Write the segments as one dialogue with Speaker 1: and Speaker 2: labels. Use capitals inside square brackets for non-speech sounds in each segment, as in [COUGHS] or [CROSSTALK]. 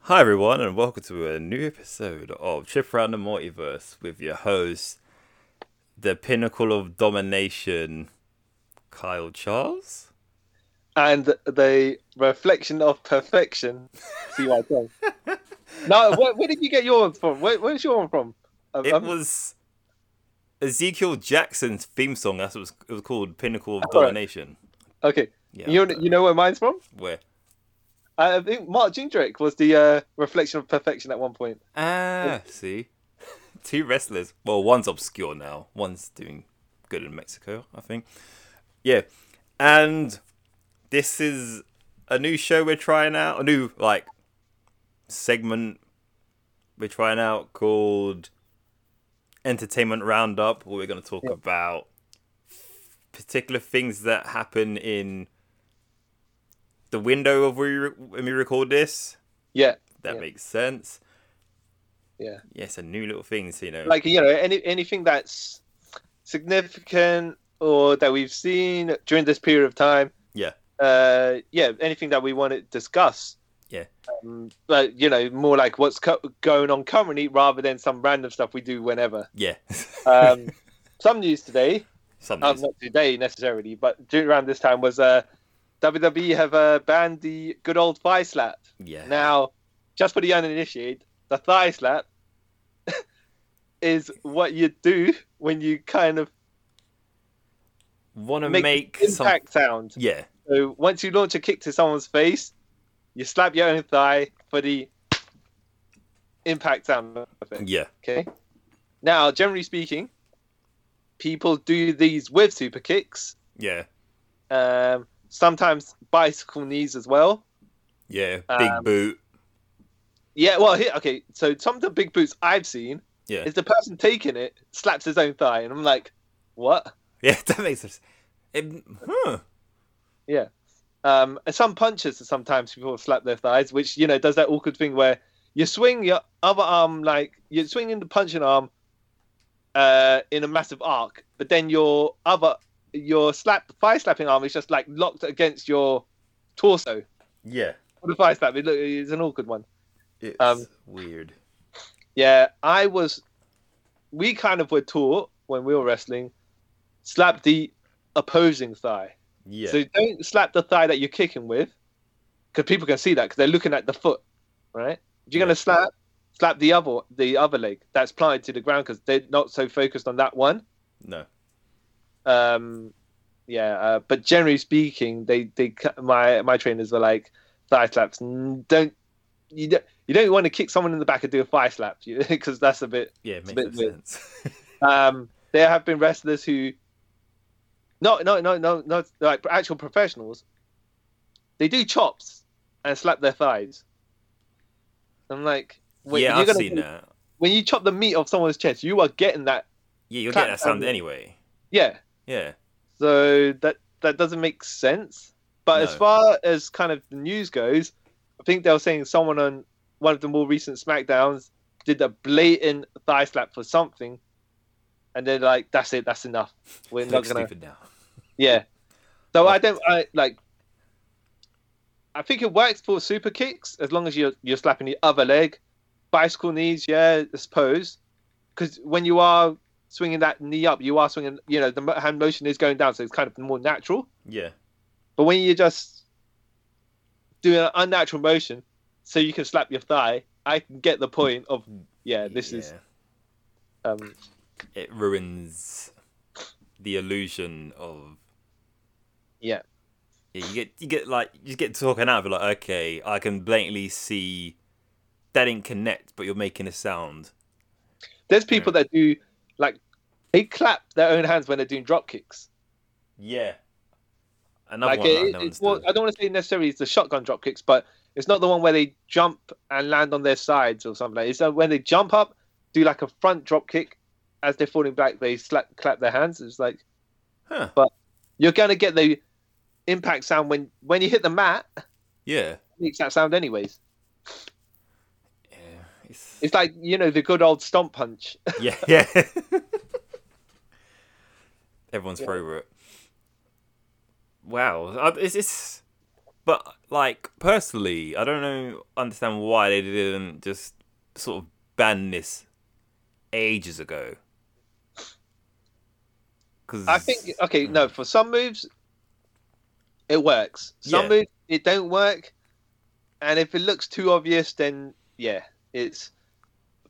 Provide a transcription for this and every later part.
Speaker 1: Hi, everyone, and welcome to a new episode of Trip Around the Multiverse with your host, the pinnacle of domination, Kyle Charles.
Speaker 2: and the reflection of perfection. See what I done? no, where, where did you get your one from? Where, where's your one from? Um,
Speaker 1: It
Speaker 2: um,
Speaker 1: was Ezekiel Jackson's theme song. That's what it was, it was called, Pinnacle of
Speaker 2: Oh, right.
Speaker 1: Domination.
Speaker 2: okay,
Speaker 1: Yeah,
Speaker 2: you know- you know where mine's from?
Speaker 1: where?
Speaker 2: I think Mark Jindrak was the uh, reflection of perfection at one point.
Speaker 1: Ah, see, [LAUGHS] two wrestlers. Well, one's obscure now. One's doing good in Mexico, I think. Yeah, and this is a new show we're trying out. A new like segment we're trying out called Entertainment Roundup, where we're going to talk about particular things that happen in the window of where we re- when we record this.
Speaker 2: Yeah,
Speaker 1: That
Speaker 2: Yeah.
Speaker 1: makes sense.
Speaker 2: yeah.
Speaker 1: Yes, and new little things, you know.
Speaker 2: Like you know, any anything that's significant or that we've seen during this period of time.
Speaker 1: yeah,
Speaker 2: Uh, yeah, anything that we want to discuss.
Speaker 1: Yeah.
Speaker 2: Um, but you know, more like what's co- going on currently, rather than some random stuff we do whenever.
Speaker 1: yeah. [LAUGHS]
Speaker 2: Um, some news today,
Speaker 1: Something.
Speaker 2: um, not today necessarily, but during around this time was uh, WWE have uh, banned the good old
Speaker 1: [SIGHS]
Speaker 2: thigh slap.
Speaker 1: yeah.
Speaker 2: Now, just for the uninitiated, the thigh slap [LAUGHS] is what you do when you kind of
Speaker 1: Want to
Speaker 2: make,
Speaker 1: make,
Speaker 2: an
Speaker 1: some.
Speaker 2: impact sound.
Speaker 1: Yeah,
Speaker 2: So once you launch a kick to someone's face, you slap your own thigh for the impact sound of it.
Speaker 1: yeah,
Speaker 2: Okay. Now, generally speaking, people do these with super kicks,
Speaker 1: yeah,
Speaker 2: um, sometimes bicycle knees as well.
Speaker 1: yeah. Big
Speaker 2: Um,
Speaker 1: boot. [LAUGHS]
Speaker 2: Yeah, well, here, okay, so some of the big boots I've seen
Speaker 1: Yeah,
Speaker 2: is the person taking it slaps his own thigh, and I'm like, what?
Speaker 1: yeah. That makes sense. It, huh.
Speaker 2: Um, and some punches are sometimes people slap their thighs, which you know does that awkward thing where you swing your other arm like you're swinging the punching arm uh, in a massive arc, but then your other your slap thigh slapping arm is just like locked against your torso.
Speaker 1: Yeah,
Speaker 2: For the thigh slap, it, look, it's an awkward one.
Speaker 1: it's
Speaker 2: Um,
Speaker 1: weird.
Speaker 2: Yeah, I was. We kind of were taught when we were wrestling, slap the opposing thigh.
Speaker 1: Yeah,
Speaker 2: So don't slap the thigh that you're kicking with, because people can see that because they're looking at the foot, right? If you're
Speaker 1: Yeah.
Speaker 2: gonna slap, slap the other the other leg that's planted to the ground because they're not so focused on that one.
Speaker 1: no.
Speaker 2: Um, yeah, uh, but generally speaking, they they cu- my my trainers were like thigh slaps. mm, Don't you don't you don't want to kick someone in the back and do a thigh slap [LAUGHS] because that's a bit
Speaker 1: Yeah, it makes
Speaker 2: bit
Speaker 1: no
Speaker 2: weird.
Speaker 1: sense. [LAUGHS]
Speaker 2: um, there have been wrestlers who, no, no, no, no, not like actual professionals. They do chops and slap their thighs. I'm like, when
Speaker 1: yeah,
Speaker 2: you're
Speaker 1: I've
Speaker 2: gonna
Speaker 1: seen
Speaker 2: do-
Speaker 1: that.
Speaker 2: When you chop the meat off someone's chest, you are getting that.
Speaker 1: Yeah, you'll
Speaker 2: clap
Speaker 1: get that sound
Speaker 2: down.
Speaker 1: anyway.
Speaker 2: Yeah.
Speaker 1: Yeah,
Speaker 2: So that that doesn't make sense. But as
Speaker 1: No.
Speaker 2: far as kind of the news goes, I think they were saying someone on one of the more recent SmackDowns did a blatant thigh slap for something, and they're like, "That's it. That's enough. We're
Speaker 1: it
Speaker 2: not
Speaker 1: looks
Speaker 2: gonna."
Speaker 1: stupid now.
Speaker 2: Yeah. So
Speaker 1: Well-
Speaker 2: I don't I like I think it works for super kicks as long as you're you're slapping the other leg. Bicycle knees, yeah, I suppose. Because when you are swinging that knee up, you are swinging, you know, the mo- hand motion is going down, so it's kind of more natural.
Speaker 1: Yeah,
Speaker 2: But when you're just doing an unnatural motion, so you can slap your thigh, I can get the point of, yeah, this is,
Speaker 1: yeah.
Speaker 2: um,
Speaker 1: it ruins the illusion of
Speaker 2: Yeah.
Speaker 1: Yeah, you get you get like you just get talking out of it like, okay, I can blatantly see that didn't connect, but you're making a sound.
Speaker 2: there's people that do, like, they clap their own hands when they're doing drop kicks.
Speaker 1: Yeah. Another
Speaker 2: like
Speaker 1: one
Speaker 2: it-
Speaker 1: that I
Speaker 2: it-
Speaker 1: know
Speaker 2: it's
Speaker 1: understood.
Speaker 2: more- I don't want to say necessarily it's the shotgun drop kicks, but it's not the one where they jump and land on their sides or something. Like it's uh, when they jump up, do like a front drop kick as they're falling back, they slap clap their hands. It's like
Speaker 1: Huh.
Speaker 2: you're gonna get the impact sound when when you hit the mat. it
Speaker 1: Yeah.
Speaker 2: Makes that sound anyways.
Speaker 1: Yeah. It's,
Speaker 2: It's like you know the good old stomp punch. [LAUGHS]
Speaker 1: yeah, yeah. Everyone's
Speaker 2: Yeah.
Speaker 1: favourite. Wow. Uh, It's, it's But like personally, I don't know understand why they didn't just sort of ban this ages ago. Because
Speaker 2: I think uh, okay, no, for some moves it works. Some
Speaker 1: Yeah.
Speaker 2: moves it don't work. And if it looks too obvious then yeah, it's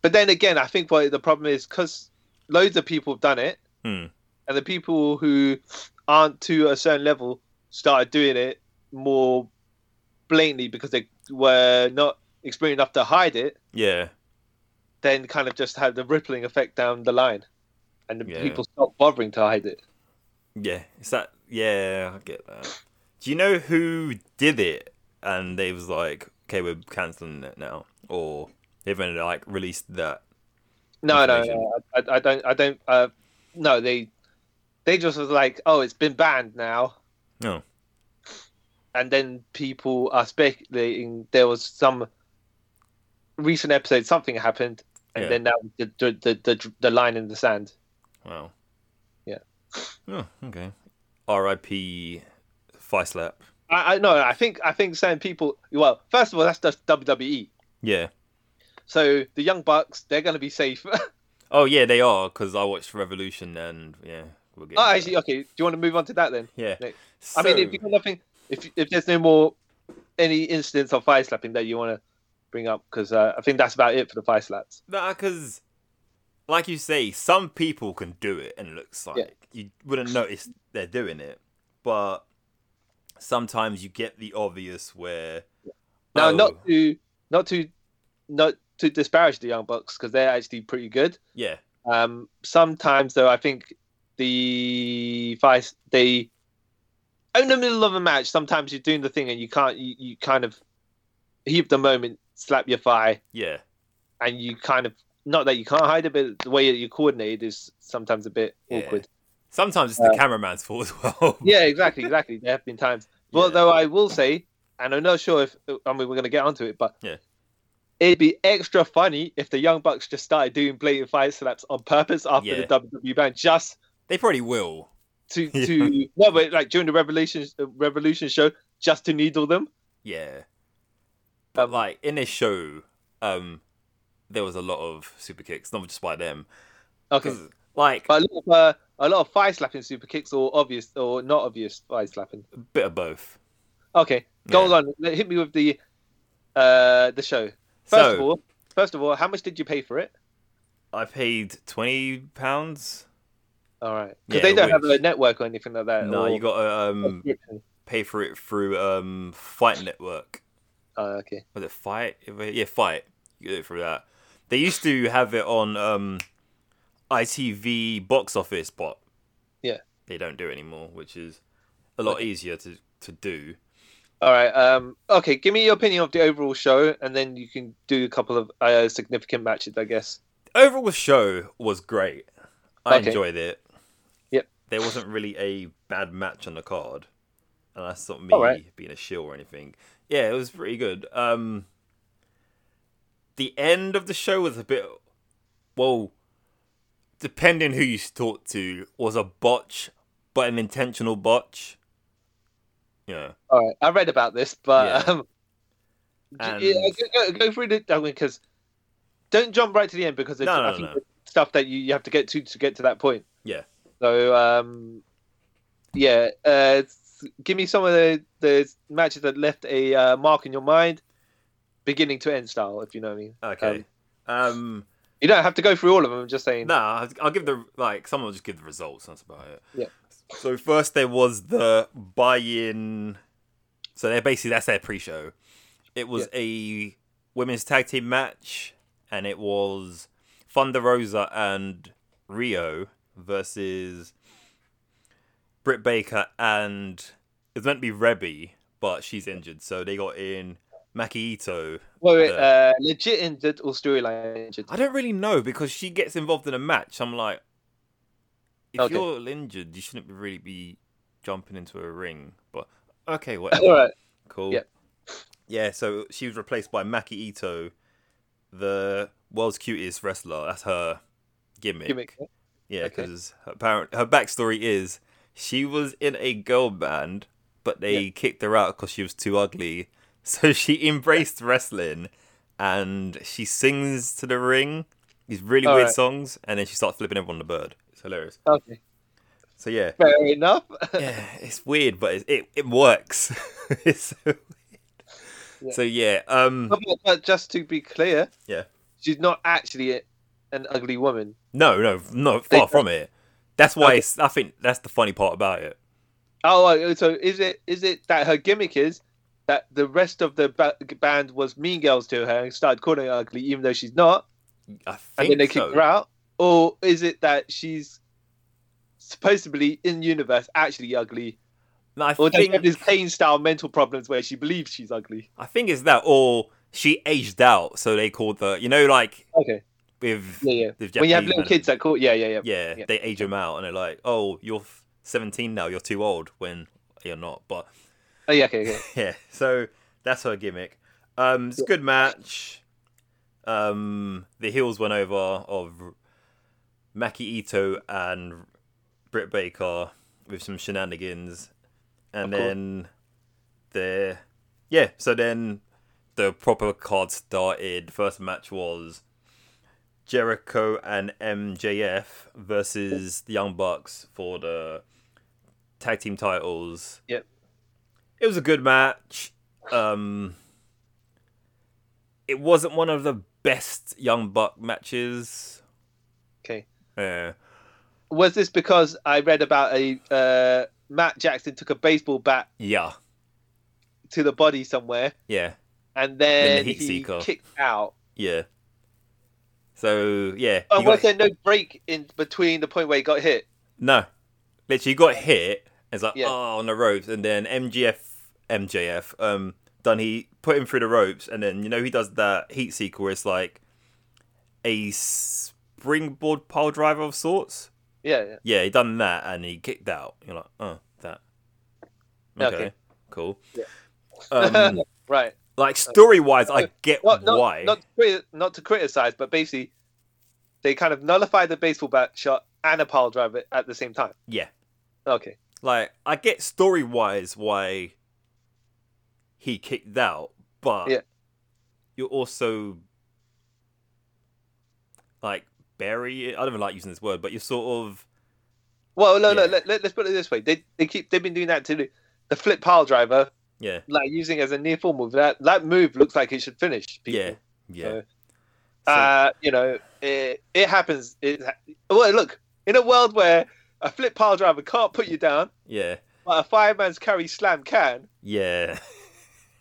Speaker 2: but then again, I think what the problem is cuz loads of people have done it
Speaker 1: Hmm.
Speaker 2: and the people who aren't to a certain level started doing it more blatantly because they were not experienced enough to hide it,
Speaker 1: yeah,
Speaker 2: then kind of just had the rippling effect down the line. And the
Speaker 1: Yeah.
Speaker 2: people stopped bothering to hide it.
Speaker 1: yeah, it's that. Yeah, I get that. Do you know who did it? And they was like, okay, we're canceling it now, or they've only like released that.
Speaker 2: No, no,
Speaker 1: information.
Speaker 2: no. I, I don't. I don't. Uh, no, they they just was like, oh, it's been banned now,
Speaker 1: No,
Speaker 2: and then people are speculating there was some recent episode something happened, and
Speaker 1: Yeah.
Speaker 2: then now the the, the the the line in the sand.
Speaker 1: wow.
Speaker 2: Yeah.
Speaker 1: Oh, okay. R.I.P. Feislap.
Speaker 2: I, I no, I think I think saying people. Well, first of all, that's just WWE.
Speaker 1: Yeah.
Speaker 2: So the young bucks, they're going to be safe. [LAUGHS]
Speaker 1: Oh yeah, they are because I watched Revolution and yeah, we'll get.
Speaker 2: oh,
Speaker 1: into
Speaker 2: actually,
Speaker 1: that.
Speaker 2: okay. Do you want to move on to that then?
Speaker 1: yeah.
Speaker 2: like, I mean, if
Speaker 1: So-
Speaker 2: you got nothing, if if there's no more any incidents of fire slapping that you want to bring up, because uh, I think that's about it for the fire slaps.
Speaker 1: because, like you say, some people can do it and it looks like you wouldn't notice they're doing it, but sometimes you get the obvious where.
Speaker 2: Now,
Speaker 1: oh,
Speaker 2: not to not to not to disparage the young bucks because they're actually pretty good.
Speaker 1: yeah,
Speaker 2: Um, sometimes though, I think the fire they in the middle of a match. Sometimes you're doing the thing and you can't. You, you kind of heap the moment, slap your thigh,
Speaker 1: yeah,
Speaker 2: and you kind of not that you can't hide it, but the way you're coordinated is sometimes a bit
Speaker 1: Yeah.
Speaker 2: awkward.
Speaker 1: sometimes it's the cameraman's fault as well.
Speaker 2: Uh, yeah, exactly, exactly. There have been times. Well,
Speaker 1: Yeah.
Speaker 2: though I will say, and I'm not sure if I mean we're going to get onto it, but
Speaker 1: Yeah.
Speaker 2: it'd be extra funny if the Young Bucks just started doing blatant fire slaps on purpose after
Speaker 1: Yeah.
Speaker 2: the WWE ban, just
Speaker 1: [LAUGHS] they probably will.
Speaker 2: to
Speaker 1: [LAUGHS] Yeah.
Speaker 2: to no, but like during the Revolution uh, Revolution show, just to needle them.
Speaker 1: Yeah, but
Speaker 2: Um,
Speaker 1: like in this show, um, there was a lot of super kicks, not just by them,
Speaker 2: Okay,
Speaker 1: because like
Speaker 2: but a lot of uh, a lot of fire slapping super kicks or obvious or not obvious fire slapping.
Speaker 1: a bit of both.
Speaker 2: Okay, go
Speaker 1: Yeah.
Speaker 2: on, hit me with the uh the show. First
Speaker 1: so
Speaker 2: of all, first of all, how much did you pay for it?
Speaker 1: I paid twenty pounds.
Speaker 2: All right, because
Speaker 1: Yeah,
Speaker 2: they don't have
Speaker 1: which-
Speaker 2: a network or anything like that.
Speaker 1: No,
Speaker 2: Uh, or Oh,
Speaker 1: you got to um,
Speaker 2: subscription.
Speaker 1: pay for it through um Fight Network.
Speaker 2: Oh, okay.
Speaker 1: Was it Fight? Yeah, Fight. You get it through that. They used to have it on um ITV box office, but
Speaker 2: Yeah.
Speaker 1: they don't do it anymore, which is a lot easier to to do.
Speaker 2: All right. Um. Okay. Give me your opinion of the overall show, and then you can do a couple of uh, significant matches, I guess.
Speaker 1: Overall, show was great. I
Speaker 2: Okay.
Speaker 1: enjoyed it.
Speaker 2: Yep.
Speaker 1: There wasn't really a bad match on the card, and that's not me
Speaker 2: All right.
Speaker 1: being a shill or anything. Yeah, it was pretty good. Um, the end of the show was a bit, well, depending who you talked to, was a botch, but an intentional botch. Yeah.
Speaker 2: All right. I read about this, but
Speaker 1: Yeah.
Speaker 2: um, [LAUGHS] d-
Speaker 1: And-
Speaker 2: yeah, go, go, go through the I mean, because don't jump right to the end because it's,
Speaker 1: No, no,
Speaker 2: I
Speaker 1: no,
Speaker 2: think
Speaker 1: no.
Speaker 2: there's stuff that you, you have to get to to get to that point.
Speaker 1: Yeah.
Speaker 2: So um, yeah. Uh, s- give me some of the the matches that left a uh, mark in your mind, beginning to end style, if you know what I mean.
Speaker 1: Okay. um
Speaker 2: You don't have to go through all of them. I'm just saying.
Speaker 1: Nah, I'll- I'll give the like someone will just give the results. That's about it.
Speaker 2: Yeah.
Speaker 1: So first there was the buy-in. So they're basically that's their pre-show. It was a women's tag team match, and it was Thunder Rosa and Rio versus Britt Baker and it's meant to be Rebby, but she's injured, so they got in Maki Ito.
Speaker 2: Wait, wait,
Speaker 1: the-
Speaker 2: uh, legit injured or storyline injured?
Speaker 1: I don't really know because she gets involved in a match. I'm like, if
Speaker 2: Okay.
Speaker 1: you're injured, you shouldn't really be jumping into a ring. But
Speaker 2: [LAUGHS]
Speaker 1: okay, whatever.
Speaker 2: All right.
Speaker 1: Cool.
Speaker 2: Yeah.
Speaker 1: Yeah, so she was replaced by Maki Ito, the world's cutest wrestler. That's her gimmick.
Speaker 2: Gimmick.
Speaker 1: Yeah,
Speaker 2: Okay.
Speaker 1: because apparent her backstory is she was in a girl band but they kicked her out because she was too ugly. [LAUGHS] So she embraced wrestling, and she sings to the ring these really
Speaker 2: All
Speaker 1: weird
Speaker 2: right.
Speaker 1: songs, and then she starts flipping everyone the bird. It's hilarious.
Speaker 2: Okay,
Speaker 1: So yeah,
Speaker 2: [LAUGHS] fair enough.
Speaker 1: yeah, it's weird, but it it, it works. [LAUGHS] it's so weird.
Speaker 2: Yeah. Oh.
Speaker 1: So yeah, um,
Speaker 2: but just to be clear,
Speaker 1: Yeah.
Speaker 2: she's not actually a, an ugly woman.
Speaker 1: no, no, no,
Speaker 2: They-
Speaker 1: far from it. That's why
Speaker 2: Okay.
Speaker 1: it's, I think that's the funny part about it.
Speaker 2: Oh, uh, so is it is it that her gimmick is that the rest of the ba- band was mean girls to her and started calling her ugly, even though she's not,
Speaker 1: I
Speaker 2: and
Speaker 1: think
Speaker 2: then they
Speaker 1: so.
Speaker 2: kicked her out, or is it that she's supposedly in universe actually ugly,
Speaker 1: No, I
Speaker 2: or does she
Speaker 1: think
Speaker 2: have these Kane style mental problems where she believes she's ugly?
Speaker 1: I think it's that, or she aged out, so they called the you know like
Speaker 2: Okay,
Speaker 1: with
Speaker 2: yeah, yeah.
Speaker 1: with
Speaker 2: when you have
Speaker 1: Japanese
Speaker 2: little
Speaker 1: man-
Speaker 2: kids that call, yeah, yeah, yeah,
Speaker 1: yeah,
Speaker 2: yeah.
Speaker 1: they age them out, and they're like, oh, you're f- 17 now, you're too old when you're not. But
Speaker 2: Oh, yeah, okay, okay.
Speaker 1: [LAUGHS] yeah, so that's her gimmick. Um, it's a good match. Um, the heels went over of Maki Ito and Britt Baker with some shenanigans, and
Speaker 2: Of course.
Speaker 1: then the yeah. So then the proper card started. First match was Jericho and MJF versus the Young Bucks for the tag team titles.
Speaker 2: Yep.
Speaker 1: It was a good match. Um it wasn't one of the best Young Buck matches. Uh,
Speaker 2: okay.
Speaker 1: Yeah.
Speaker 2: Was this because I read about a uh, Matt Jackson took a baseball bat
Speaker 1: Yeah.
Speaker 2: to the body somewhere?
Speaker 1: Yeah.
Speaker 2: and then
Speaker 1: Then the heat
Speaker 2: he
Speaker 1: seeker.
Speaker 2: kicked out.
Speaker 1: Yeah. So yeah.
Speaker 2: Oh,
Speaker 1: he
Speaker 2: was
Speaker 1: got-
Speaker 2: there no break in between the point where he got hit?
Speaker 1: No. Literally he got hit and it's like
Speaker 2: Yeah.
Speaker 1: oh on the ropes and then MGF MJF um done he put him through the ropes and then you know he does that heat seeker where it's like a springboard pile driver of sorts.
Speaker 2: Yeah, yeah.
Speaker 1: Yeah, he done that and he kicked out. You're like, oh, that. Okay,
Speaker 2: Okay.
Speaker 1: cool.
Speaker 2: Yeah. [LAUGHS]
Speaker 1: Um,
Speaker 2: right.
Speaker 1: like story wise, I get
Speaker 2: Not, not,
Speaker 1: why.
Speaker 2: Not to, criti- not to criticize, but basically, they kind of nullify the baseball bat shot and a pile driver at the same time.
Speaker 1: Yeah,
Speaker 2: Okay.
Speaker 1: like I get story wise why he kicked out, but
Speaker 2: Yeah.
Speaker 1: you're also like bury. I don't even like using this word, but you're sort of
Speaker 2: Well, no, no.
Speaker 1: Yeah.
Speaker 2: Let, let, let's put it this way: they they keep they've been doing that to the, the flip pile driver,
Speaker 1: yeah,
Speaker 2: like using as a near fall move. That that move looks like it should finish. People.
Speaker 1: yeah, yeah.
Speaker 2: So-
Speaker 1: So-
Speaker 2: uh, you know, it, it happens. It, ha- well, look, in a world where a flip pile driver can't put you down,
Speaker 1: yeah.
Speaker 2: but a fireman's carry slam can.
Speaker 1: Yeah.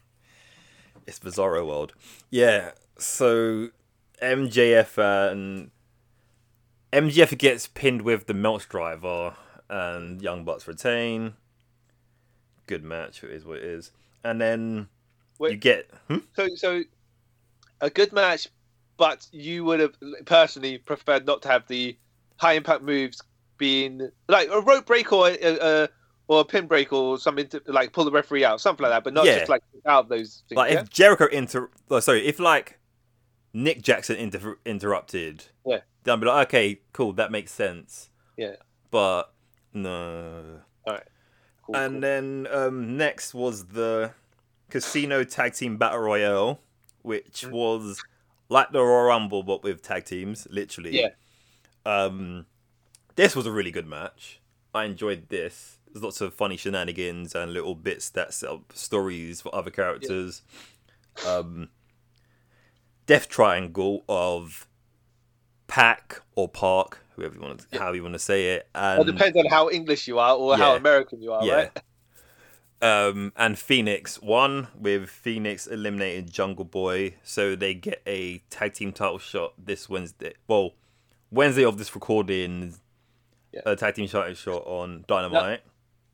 Speaker 1: [LAUGHS] it's Bizarro World. Yeah. So MJF and MJF gets pinned with the Melch driver and Young Bucks retain. Good match, it is what it is. And then you
Speaker 2: Wait.
Speaker 1: get hmm?
Speaker 2: So, so a good match, but you would have personally preferred not to have the high impact moves being like a rope break or a, a, or a pin break or something to, like pull the referee out, something like that, but not
Speaker 1: Yeah.
Speaker 2: just like out of those things.
Speaker 1: like
Speaker 2: yeah?
Speaker 1: if Jericho inter oh, sorry, if like Nick Jackson inter- interrupted,
Speaker 2: Yeah.
Speaker 1: then I'd be like, okay, cool, that makes sense.
Speaker 2: Yeah.
Speaker 1: But no.
Speaker 2: Cool,
Speaker 1: And
Speaker 2: cool.
Speaker 1: then um, next was the Casino Tag Team Battle Royale, which
Speaker 2: Mm.
Speaker 1: was like the Royal Rumble but with tag teams, literally.
Speaker 2: Yeah.
Speaker 1: Um, this was a really good match. I enjoyed this. There's lots of funny shenanigans and little bits that set up stories for other characters. Um, Death Triangle of Pack or Park, whoever you want to, how you want to say it,
Speaker 2: Well,
Speaker 1: and
Speaker 2: it depends on how English you are or how
Speaker 1: Yeah.
Speaker 2: American you are,
Speaker 1: yeah.
Speaker 2: right?
Speaker 1: Um, and Phoenix won with Phoenix eliminating Jungle Boy, so they get a tag team title shot this Wednesday. Well, Wednesday of this recording,
Speaker 2: Yeah.
Speaker 1: a tag team title shot on Dynamite.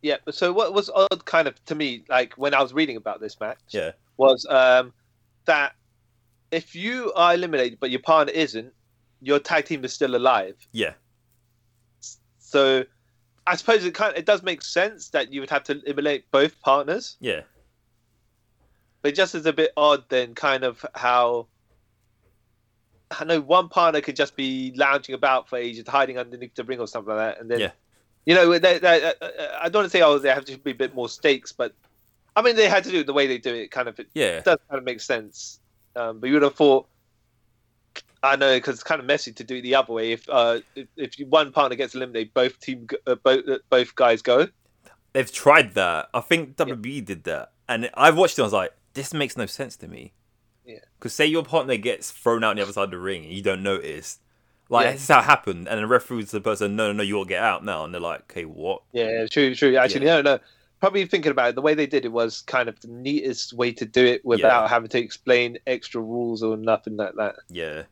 Speaker 2: Yeah. but So what was odd, kind of to me, like when I was reading about this match,
Speaker 1: Yeah,
Speaker 2: was um, that if you are eliminated but your partner isn't, your tag team is still alive.
Speaker 1: yeah,
Speaker 2: So I suppose it kind it does make sense that you would have to eliminate both partners,
Speaker 1: yeah,
Speaker 2: but it just is a bit odd then, kind of how. I know one partner could just be lounging about for ages, hiding underneath the ring or something like that, and then
Speaker 1: Yeah.
Speaker 2: You know, they, they, uh, uh, I don't want to say oh they have to be a bit more stakes, but I mean they had to do it the way they do it. Kind of, it
Speaker 1: Yeah,
Speaker 2: does kind of make sense. Um, but you would have thought, I know, because it's kind of messy to do it the other way. If uh, if, if you- one partner gets eliminated, both team go- uh, both uh, both guys go.
Speaker 1: they've tried that. I think WWE did that, and I watched it. I was like, this makes no sense to me.
Speaker 2: Yeah.
Speaker 1: Because say your partner gets thrown out on the other side of the ring and you don't notice, like
Speaker 2: Yeah.
Speaker 1: this is how it happened, and the referee was the person, no, no, no, you'll get out now, and they're like, okay, what?
Speaker 2: Yeah, true, true. Actually, no, no. Probably thinking about it, the way they did it was kind of the neatest way to do it without having to explain extra rules or nothing like that.
Speaker 1: Yeah.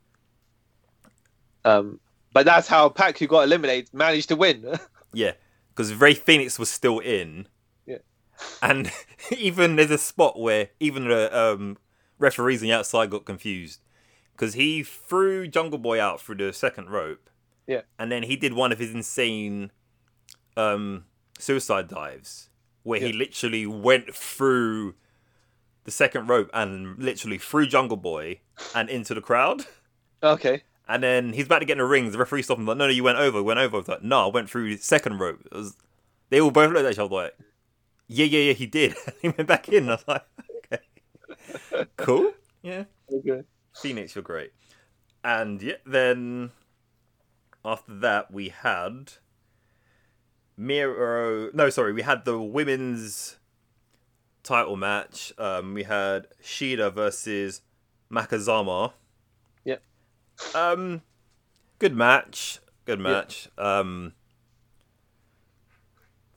Speaker 2: Um, but that's how Pac, who got eliminated, managed to win. [LAUGHS]
Speaker 1: Yeah, because Ray Phoenix was still in.
Speaker 2: Yeah.
Speaker 1: And [LAUGHS] even there's a spot where even the um, referees on the outside got confused because he threw Jungle Boy out through the second rope.
Speaker 2: Yeah.
Speaker 1: And then he did one of his insane um, suicide dives where he
Speaker 2: Yeah.
Speaker 1: literally went through the second rope and literally threw Jungle Boy and into the crowd.
Speaker 2: okay.
Speaker 1: And then he's about to get in the rings. The referee stopped him. Like, no, no, you went over, went over. I was like, no, I went through the second rope. It was- they all both looked at each other like, yeah, yeah, yeah, he did. [LAUGHS] he went back in. I was like, okay, [LAUGHS] cool, yeah.
Speaker 2: okay.
Speaker 1: Phoenix, you're great. And yeah, then after that we had Miro. No, sorry, we had the women's title match. Um, we had Shida versus Makazama.
Speaker 2: Yep.
Speaker 1: Um, good match. Good match. Um,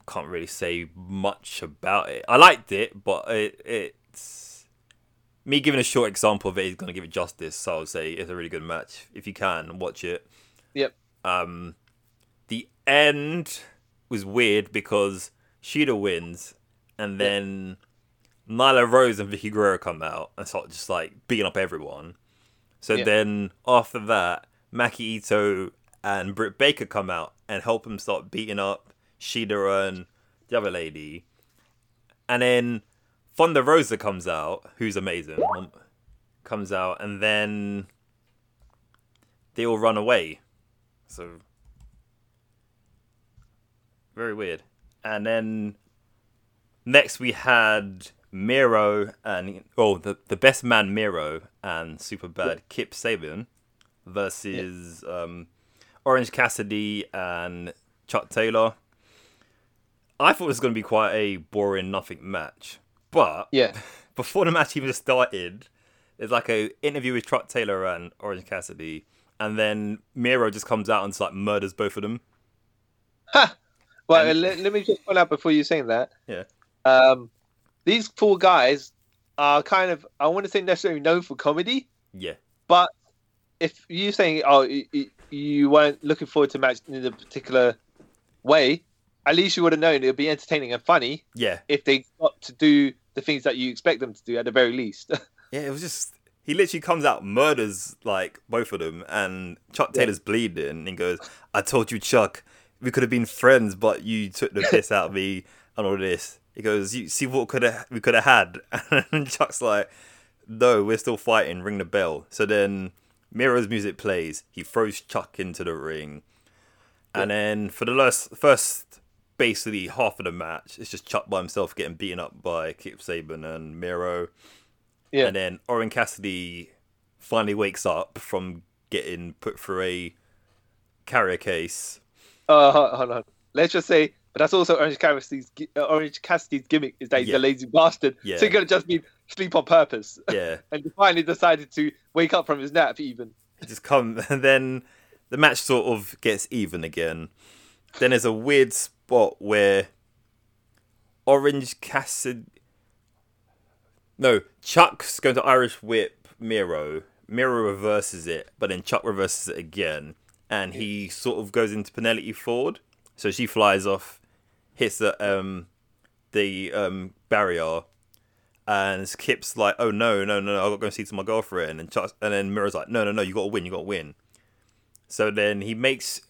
Speaker 1: can't really say much about it. I liked it, but it it's me giving a short example of it is going to give it justice. So I would say it's a really good match. If you can watch it,
Speaker 2: Yep.
Speaker 1: um, the end was weird because Sheeta wins, and then Nyla Rose and Vicky Guerrero come out and start just like beating up everyone. So
Speaker 2: Yeah.
Speaker 1: then after that, Maki Ito and Britt Baker come out and help him start beating up Sheeta and the other lady, and then Fonda Rosa comes out, who's amazing, um, comes out, and then they all run away. So very weird. And then next we had Miro and oh the the best man Miro and super bad Kip Sabian versus um, Orange Cassidy and Chuck Taylor. I thought it was going to be quite a boring nothing match, but
Speaker 2: Yeah.
Speaker 1: before the match even started, there's like a interview with Trot Taylor and Orange Cassidy, and then Miro just comes out and just like murders both of them.
Speaker 2: Well,
Speaker 1: And-
Speaker 2: let, let me just point out before you saying that.
Speaker 1: Yeah.
Speaker 2: Um, these four guys are kind of, I want to say necessarily known for comedy,
Speaker 1: Yeah,
Speaker 2: but if you're saying, oh, you, you weren't looking forward to match in a particular way, at least you would have known it would be entertaining and funny
Speaker 1: yeah,
Speaker 2: if they got to do the things that you expect them to do at the very least. [LAUGHS]
Speaker 1: yeah. It was just he literally comes out murders like both of them, and Chuck
Speaker 2: Yeah.
Speaker 1: Taylor's bleeding and goes, "I told you, Chuck, we could have been friends, but you took the piss out of me and all this." He goes, "You see what could have we could have had?" [LAUGHS] And Chuck's like, "No, we're still fighting. Ring the bell." So then Miro's music plays. He throws Chuck into the ring. And then for the last, first basically half of the match, it's just Chuck by himself getting beaten up by Kip Saban and Miro.
Speaker 2: Yeah.
Speaker 1: And then Oren Cassidy finally wakes up from getting put through a carrier case.
Speaker 2: Uh, hold- hold on. Let's just say, but that's also Orange Cassidy's gi- uh, Orange Cassidy's gimmick is that he's
Speaker 1: Yeah.
Speaker 2: a lazy bastard.
Speaker 1: Yeah.
Speaker 2: So he could have just been sleep on purpose,
Speaker 1: Yeah.
Speaker 2: and he finally decided to wake up from his nap. Even
Speaker 1: It just come [LAUGHS] and then the match sort of gets even again. Then there's a weird spot where Orange Cassidy No, Chuck's going to Irish whip Miro. Miro reverses it, but then Chuck reverses it again and he sort of goes into Penelope Ford. So she flies off, hits the um the um barrier and Kip's like, "Oh no, no, no, no! I got to go see to my girlfriend." And Chuck, and then Mira's like, "No, no, no! You got to win! You got to win!" So then he makes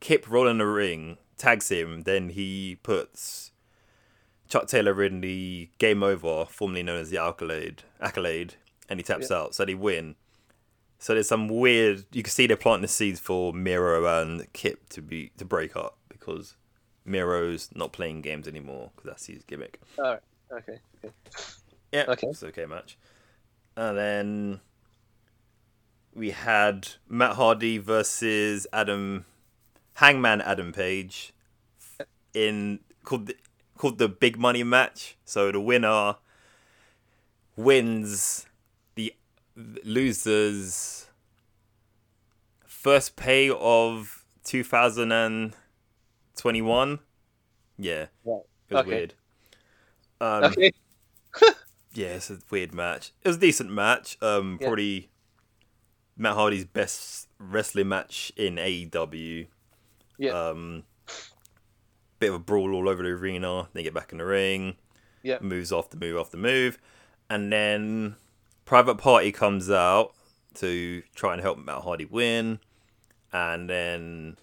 Speaker 1: Kip roll in the ring, tags him. Then he puts Chuck Taylor in the game over, formerly known as the accolade, accolade, and he taps out. So they win. So there's some weird. You can see they're planting the seeds for Miro and Kip to be to break up because Miro's not playing games anymore because that's his gimmick.
Speaker 2: Okay. okay.
Speaker 1: Yeah,
Speaker 2: Okay.
Speaker 1: it's okay match. And then we had Matt Hardy versus Adam Hangman Adam Page in called the, called the Big Money match. So the winner wins the losers first pay of 2021. Yeah.
Speaker 2: Right.
Speaker 1: It was
Speaker 2: Okay.
Speaker 1: weird. Um,
Speaker 2: okay.
Speaker 1: yeah, it's a weird match. It was a decent match. Um,
Speaker 2: Yeah.
Speaker 1: probably Matt Hardy's best wrestling match in AEW.
Speaker 2: Yeah.
Speaker 1: Um, bit of a brawl all over the arena. They get back in the ring.
Speaker 2: Yeah.
Speaker 1: Moves after move after move, and then Private Party comes out to try and help Matt Hardy win, and then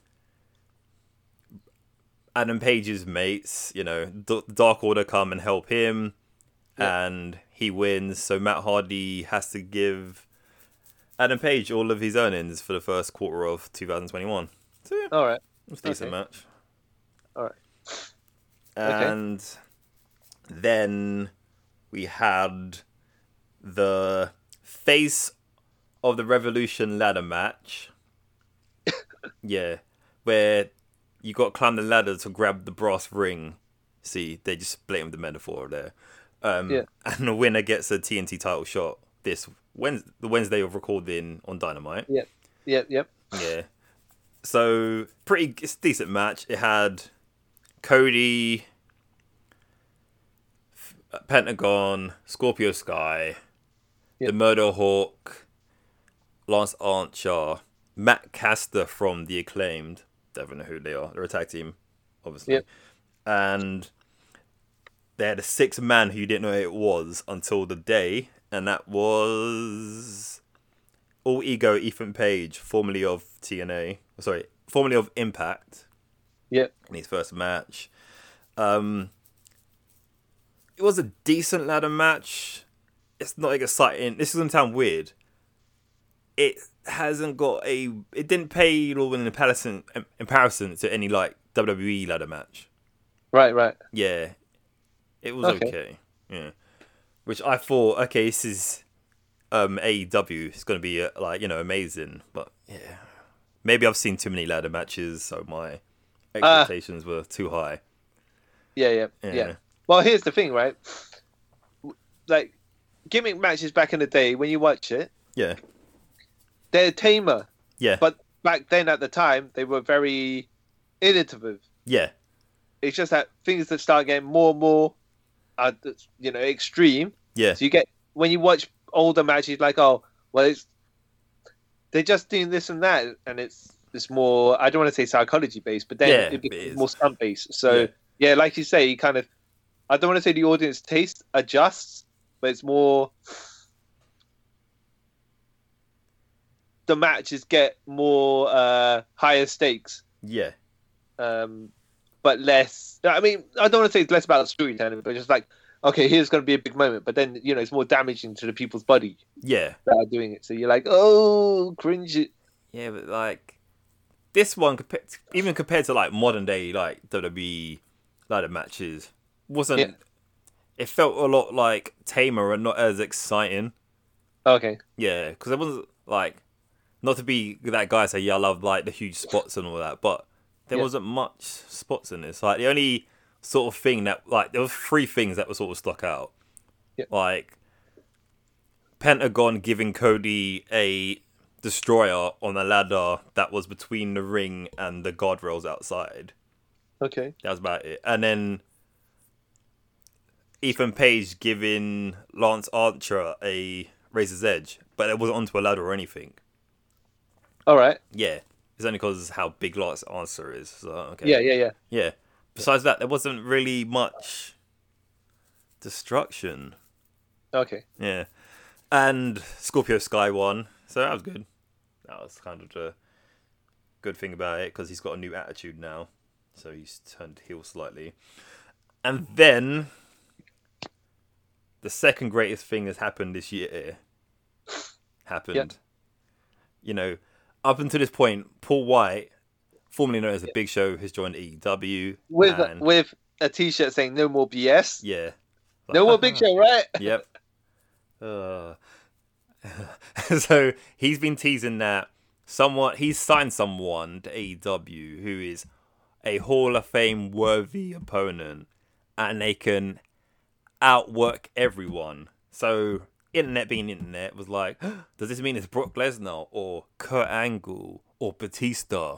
Speaker 1: Adam Page's mates, you know, D- Dark Order come and help him,
Speaker 2: Yeah.
Speaker 1: and he wins. So Matt Hardy has to give Adam Page all of his earnings for the first quarter of 2021. So yeah, it
Speaker 2: All right.
Speaker 1: was a decent
Speaker 2: Okay.
Speaker 1: match.
Speaker 2: All right. Okay.
Speaker 1: And then we had the face of the Revolution ladder
Speaker 2: [LAUGHS]
Speaker 1: match. yeah, where you got to climb the ladder to grab the brass ring. See, they just blamed the metaphor there. Um,
Speaker 2: Yeah.
Speaker 1: [LAUGHS] And the winner gets a TNT title shot this Wednesday, the Wednesday of recording on Dynamite.
Speaker 2: Yep. Yep. Yep.
Speaker 1: Yeah. So pretty it's a decent match. It had Cody, F- Pentagon, Scorpio Sky,
Speaker 2: Yeah.
Speaker 1: the Murder Hawk, Lance Archer, Matt Caster from the Acclaimed. Don't know who they are. They're a tag team, obviously.
Speaker 2: Yeah.
Speaker 1: And they had a six man who you didn't know who it was until the day, and that was all ego Ethan Page, formerly of TNA, sorry, formerly of Impact,
Speaker 2: Yep.
Speaker 1: in his first match. Um, it was a decent ladder match. It's not like exciting. This is gonna sound weird. It hasn't got a. It didn't pay at all in comparison in comparison to any like WWE ladder match.
Speaker 2: Right. Right.
Speaker 1: Yeah, it was okay.
Speaker 2: Okay.
Speaker 1: Yeah, which I thought, okay, this is um AEW. It's gonna be uh, like you know amazing, but yeah, maybe I've seen too many ladder matches, so my
Speaker 2: Ah.
Speaker 1: expectations were too high.
Speaker 2: Yeah, yeah,
Speaker 1: Yeah.
Speaker 2: yeah, Well, here's the thing, right? Like gimmick matches back in the day, when you watch it,
Speaker 1: Yeah,
Speaker 2: they're tamer.
Speaker 1: yeah,
Speaker 2: But back then, at the time, they were very innovative.
Speaker 1: yeah,
Speaker 2: It's just that things that start getting more and more, uh, you know, extreme.
Speaker 1: yeah,
Speaker 2: So you get when you watch older matches, like oh, well, it's they're just doing this and that, and it's it's more. I don't want to say psychology based, but then
Speaker 1: Yeah,
Speaker 2: it
Speaker 1: it is.
Speaker 2: becomes more stunt based. So
Speaker 1: Yeah.
Speaker 2: yeah. like you say, you kind of. I don't want to say the audience taste adjusts, but it's more. The matches get more uh, higher stakes,
Speaker 1: yeah,
Speaker 2: um, but less. I mean, I don't want to say it's less about storytelling, but just like, okay, here's going to be a big moment, but then you know it's more damaging to the people's body
Speaker 1: yeah.
Speaker 2: that are doing it. So you're like, oh, cringe. it."
Speaker 1: Yeah, but like this one, compared even compared to like modern day like WWE ladder matches, wasn't.
Speaker 2: Yeah.
Speaker 1: It felt a lot like tamer and not as exciting.
Speaker 2: Okay,
Speaker 1: Yeah, because it wasn't like not to be that guy and say yeah I love like the huge spots and all that, but there
Speaker 2: Yeah.
Speaker 1: wasn't much spots in this. Like the only sort of thing that like there was three things that were sort of stuck out,
Speaker 2: Yeah.
Speaker 1: like Pentagon giving Cody a destroyer on a ladder that was between the ring and the guardrails outside.
Speaker 2: okay,
Speaker 1: That was about it. And then Ethan Page giving Lance Archer a razor's edge, but it wasn't onto a ladder or anything.
Speaker 2: all right,
Speaker 1: Yeah, it's only because how big Lance Archer is. So okay.
Speaker 2: yeah, yeah, yeah.
Speaker 1: Yeah. Besides that, there wasn't really much destruction.
Speaker 2: Okay,
Speaker 1: Yeah. And Scorpio Sky won, so that was good. That was kind of the good thing about it because he's got a new attitude now, so he's turned heel slightly. And then the second greatest thing that's happened this year happened. You know, up until this point, Paul White formerly known as the Big Show, has joined AEW.
Speaker 2: with
Speaker 1: and-
Speaker 2: with a T-shirt saying "No more BS."
Speaker 1: yeah,
Speaker 2: No more Big
Speaker 1: [LAUGHS]
Speaker 2: Show, right?
Speaker 1: yep. Uh, [LAUGHS] so he's been teasing that someone he's signed someone to AEW who is a Hall of Fame worthy opponent, and they can outwork everyone. So internet being internet was like, [GASPS] does this mean it's Brock Lesnar or Kurt Angle or Batista?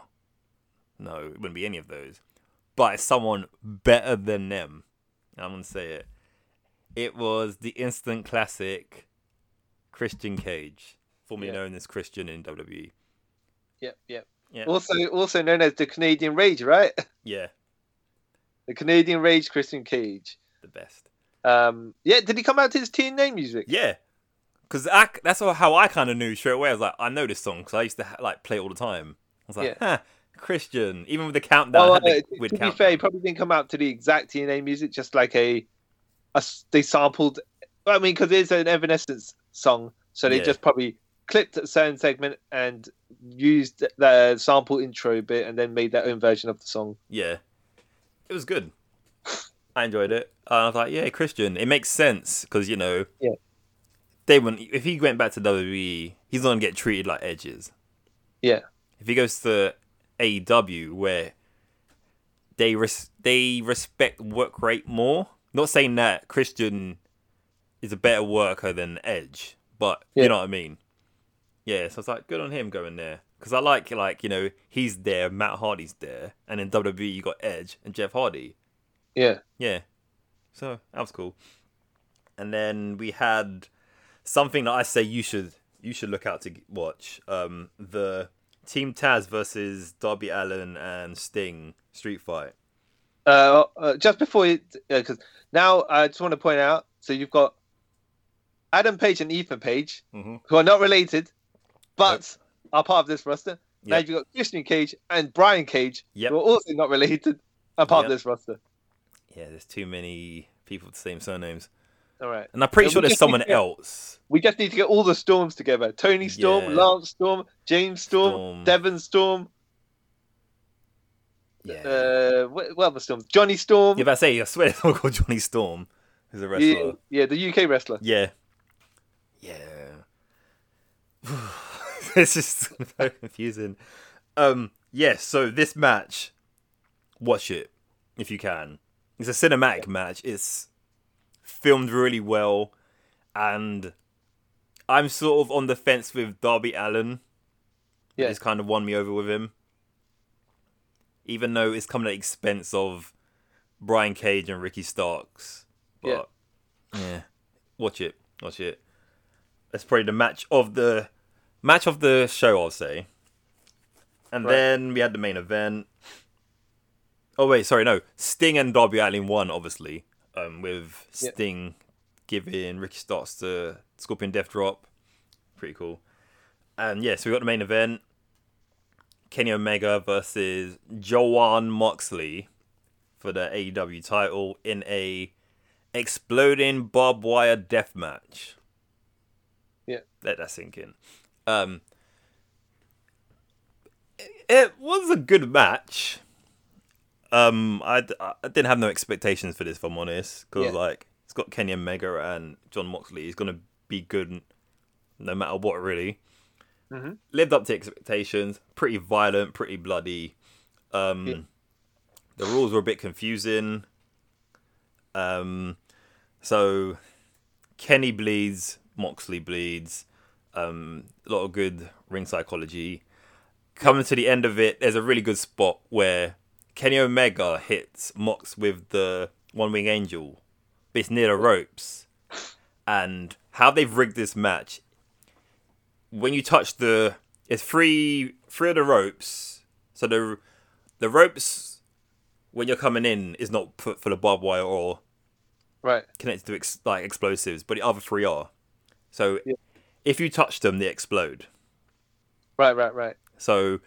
Speaker 1: No, it wouldn't be any of those. But it's someone better than them. I'm gonna say it. It was the instant classic Christian Cage, formerly
Speaker 2: Yeah.
Speaker 1: known as Christian in E. WWE.
Speaker 2: Yep, yep.
Speaker 1: Yeah.
Speaker 2: Also, also known as the Canadian Rage, right? [LAUGHS]
Speaker 1: yeah,
Speaker 2: The Canadian Rage, Christian Cage.
Speaker 1: the best.
Speaker 2: Um, yeah, did he come out to his TNA music?
Speaker 1: Yeah, because that's all- how I kind of knew straight away. I was like, I know this song because I used to ha- like play it all the time. I was like, huh, Christian. Even with the countdown,
Speaker 2: Well,
Speaker 1: had the
Speaker 2: uh,
Speaker 1: weird
Speaker 2: to be
Speaker 1: countdown.
Speaker 2: fair, he probably didn't come out to the exact TNA music, just like a, a s- they sampled. I mean, because it's an Evanescence song, so they
Speaker 1: Yeah.
Speaker 2: just probably clipped a certain segment and used the sample intro bit, and then made their own version of the song.
Speaker 1: Yeah, it was good. I enjoyed it. And I was like, yeah, Christian. It makes sense because you know,
Speaker 2: Yeah.
Speaker 1: they wouldn't. If he went back to WWE, he's not gonna get treated like edges.
Speaker 2: Yeah,
Speaker 1: if he goes to AEW where they res- they respect work rate more. Not saying that Christian is a better worker than Edge, but
Speaker 2: Yeah.
Speaker 1: you know what I mean. Yeah, so it's like good on him going there because I like like you know he's there, Matt Hardy's there, and in WWE E, you got Edge and Jeff Hardy.
Speaker 2: yeah,
Speaker 1: Yeah. So that was cool. And then we had something that I say you should you should look out to g- watch. Um, the Team Taz versus Darby Allen and Sting street fight.
Speaker 2: uh, uh, just before it, because now I just want to point out. So you've got Adam Page and Ethan Page,
Speaker 1: Mm-hmm.
Speaker 2: who are not related, but are part of this roster. Now
Speaker 1: Yep.
Speaker 2: you've got Christian Cage and Brian Cage,
Speaker 1: Yep.
Speaker 2: who are also not related, are part
Speaker 1: Yep.
Speaker 2: of this roster.
Speaker 1: Yeah, there's too many people with the same surnames,
Speaker 2: All right,
Speaker 1: and I'm pretty
Speaker 2: Yeah,
Speaker 1: sure
Speaker 2: we
Speaker 1: there's
Speaker 2: just need
Speaker 1: someone
Speaker 2: to-
Speaker 1: else.
Speaker 2: we just need to get all the storms together: Tony Storm,
Speaker 1: Yeah.
Speaker 2: Lance Storm, James Storm,
Speaker 1: Storm.
Speaker 2: Devon Storm,
Speaker 1: Yeah.
Speaker 2: uh, what, what other storms? Johnny Storm,
Speaker 1: yeah, but I say I swear [LAUGHS] there's someone called Johnny Storm, who's a wrestler.
Speaker 2: yeah, yeah, the UK wrestler.
Speaker 1: Yeah. Yeah. [SIGHS] it's just [LAUGHS] very confusing. Um yeah, so this match watch it if you can. It's a cinematic match. It's filmed really well and I'm sort of on the fence with Darby Allen.
Speaker 2: Yeah.
Speaker 1: Yeah. It's kind of won me over with him. Even though it's coming at the expense of Brian Cage and Ricky Starks.
Speaker 2: Yeah.
Speaker 1: But yeah. Watch it. Watch it. That's probably the match of the match of the show, I'll say. And
Speaker 2: Right.
Speaker 1: then we had the main event. Oh wait, sorry, no. Sting and Darby Allin won, obviously. Um, with
Speaker 2: Yeah.
Speaker 1: Sting giving Ricky Starks the Scorpion Death Drop. Pretty cool. And yeah, so we got the main event. Kenny Omega versus Joanne Moxley for the AEW title in a exploding barbed wire death match.
Speaker 2: Yeah.
Speaker 1: Let that sink in. Um it- it was a good match. Um I, d- I didn't have no expectations for this if I'm honest cuz
Speaker 2: Yeah.
Speaker 1: like it's got Kenny Omega and John Moxley. He's going to be good no matter what really.
Speaker 2: Mhm.
Speaker 1: Lived up to expectations. Pretty violent, pretty bloody. Um
Speaker 2: Yeah.
Speaker 1: the rules were a bit confusing. Um, so Kenny bleeds, Moxley bleeds. Um, a lot of good ring psychology. Coming to the end of it, there's a really good spot where Kenny Omega hits Mox with the One Wing Angel, but it's near the ropes. And how they've rigged this match, when you touch the, it's three three of the ropes. So the the ropes when you're coming in is not put full of barbed wire or
Speaker 2: Right.
Speaker 1: connected to ex- like explosives, but the other three are. So
Speaker 2: Yeah.
Speaker 1: if you touch them, they explode.
Speaker 2: Right, right, right.
Speaker 1: So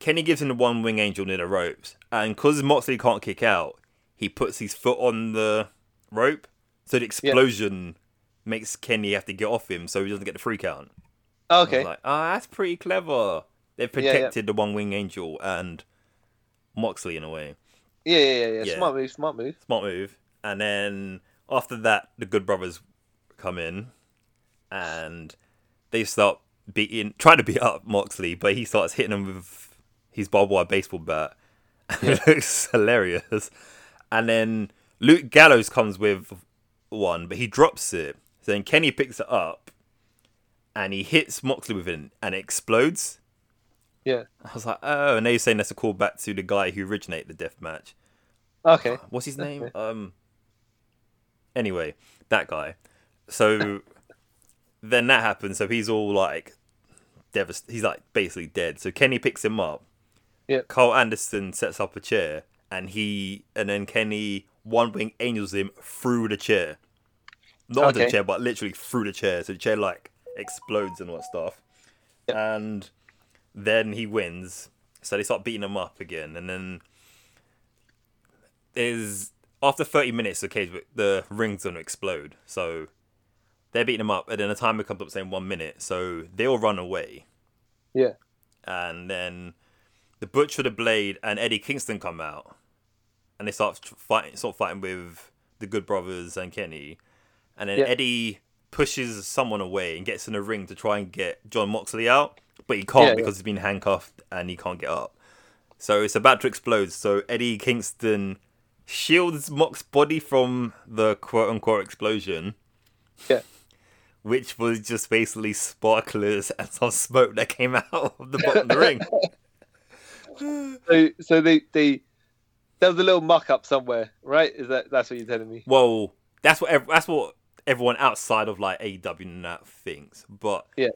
Speaker 1: Kenny gives him the one wing angel near the ropes, and because Moxley can't kick out, he puts his foot on the rope, so the explosion makes Kenny have to get off him, so he doesn't get the free count. I was
Speaker 2: Okay.
Speaker 1: Like, ah, that's pretty clever. They've
Speaker 2: Yeah, yeah.
Speaker 1: protected the One Wing Angel and Moxley in a way.
Speaker 2: Yeah, yeah, yeah, yeah.
Speaker 1: Yeah.
Speaker 2: Smart move, smart move.
Speaker 1: Smart move. And then after that, the Good Brothers come in and they start beating, trying to beat up Moxley, but he starts hitting him with his barbed wire baseball bat. [LAUGHS] it looks hilarious. And then Luke Gallows comes with one, but he drops it. Then Kenny picks it up and he hits Moxley with it and it explodes.
Speaker 2: Yeah.
Speaker 1: I was like, oh, and they're saying that's a callback to the guy who originated the death match
Speaker 2: Okay.
Speaker 1: what's his name? Um. Anyway, that guy. So [LAUGHS] then that happens. So he's all like, devast- He's like basically dead. So Kenny picks him up.
Speaker 2: Yeah.
Speaker 1: Carl Anderson sets up a chair, and he and then Kenny one wing angels him through the chair, not onto the
Speaker 2: Okay.
Speaker 1: chair, but literally through the chair. So the chair like explodes and all that stuff, and then he wins. So they start beating him up again, and then is after 30 minutes the cage the ring's gonna explode so they're beating him up and then the timer comes up saying one minute so they all run away
Speaker 2: Yeah.
Speaker 1: and then the butcher the blade and eddie kingston come out and they start tr- fighting sort of fighting with the good brothers and kenny and then
Speaker 2: Yeah.
Speaker 1: eddie pushes someone away and gets in the ring to try and get john moxley out but he can't
Speaker 2: Yeah, yeah.
Speaker 1: because he's been handcuffed and he can't get up so it's about to explode so eddie kingston shields Mock's body from the quote unquote explosion,
Speaker 2: Yeah.
Speaker 1: which was just basically sparklers [LAUGHS] and some smoke that came out of the bottom of the
Speaker 2: [LAUGHS]
Speaker 1: ring.
Speaker 2: So so they they there was a little muck up somewhere, right? Is that that's what you're telling me?
Speaker 1: Well, that's what ev- that's what everyone outside of like AEW and that thinks. But
Speaker 2: Yeah.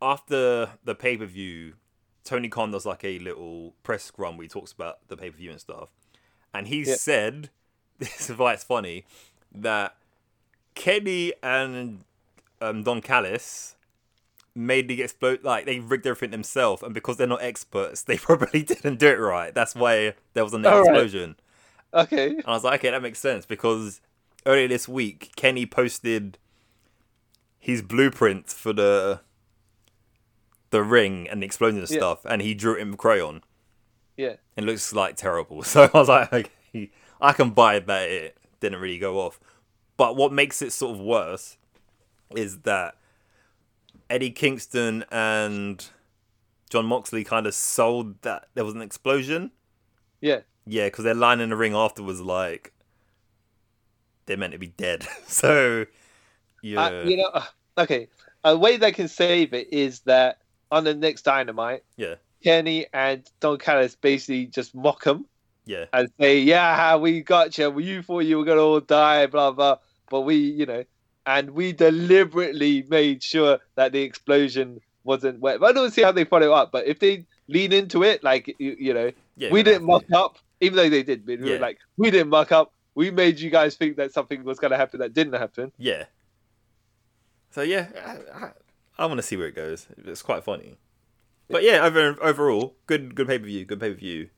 Speaker 1: after the pay per view, Tony Khan does like a little press scrum where he talks about the pay per view and stuff, and he
Speaker 2: Yeah.
Speaker 1: said, [LAUGHS] "This is why it's funny that Kenny and um, Don Callis." Made the explode like they rigged everything themselves, and because they're not experts, [LAUGHS] they probably didn't do it right. That's why there was an
Speaker 2: All right.
Speaker 1: explosion.
Speaker 2: Okay.
Speaker 1: And I was like, okay, that makes sense because earlier this week, Kenny posted his blueprint for the the ring and the explosion and
Speaker 2: Yeah.
Speaker 1: stuff, and he drew it in crayon.
Speaker 2: Yeah.
Speaker 1: It looks like terrible. [LAUGHS] So I was like, okay, I can buy that it didn't really go off. But what makes it sort of worse is that Eddie Kingston and John Moxley kind of sold that there was an explosion.
Speaker 2: Yeah.
Speaker 1: Yeah, because their line in the ring afterwards, like they're meant to be dead. [LAUGHS] so yeah,
Speaker 2: I, you know, uh, okay. A way they can save it is that on the next dynamite,
Speaker 1: yeah,
Speaker 2: Kenny and Don Callis basically just mock him
Speaker 1: yeah,
Speaker 2: and say, "Yeah, we got you. You thought you were gonna all die, blah blah." But we, you know, and we deliberately made sure that the explosion wasn't wet. I don't see how they follow up, but if they lean into it, like you, you know,
Speaker 1: yeah.
Speaker 2: we
Speaker 1: no,
Speaker 2: didn't muck up, even though they did. But we
Speaker 1: Yeah.
Speaker 2: were like, we didn't muck up. We made you guys think that something was gonna happen that didn't happen.
Speaker 1: Yeah. So yeah, I, I, I want to see where it goes. It's quite funny. But yeah, over, overall, good good pay per view, good pay per view.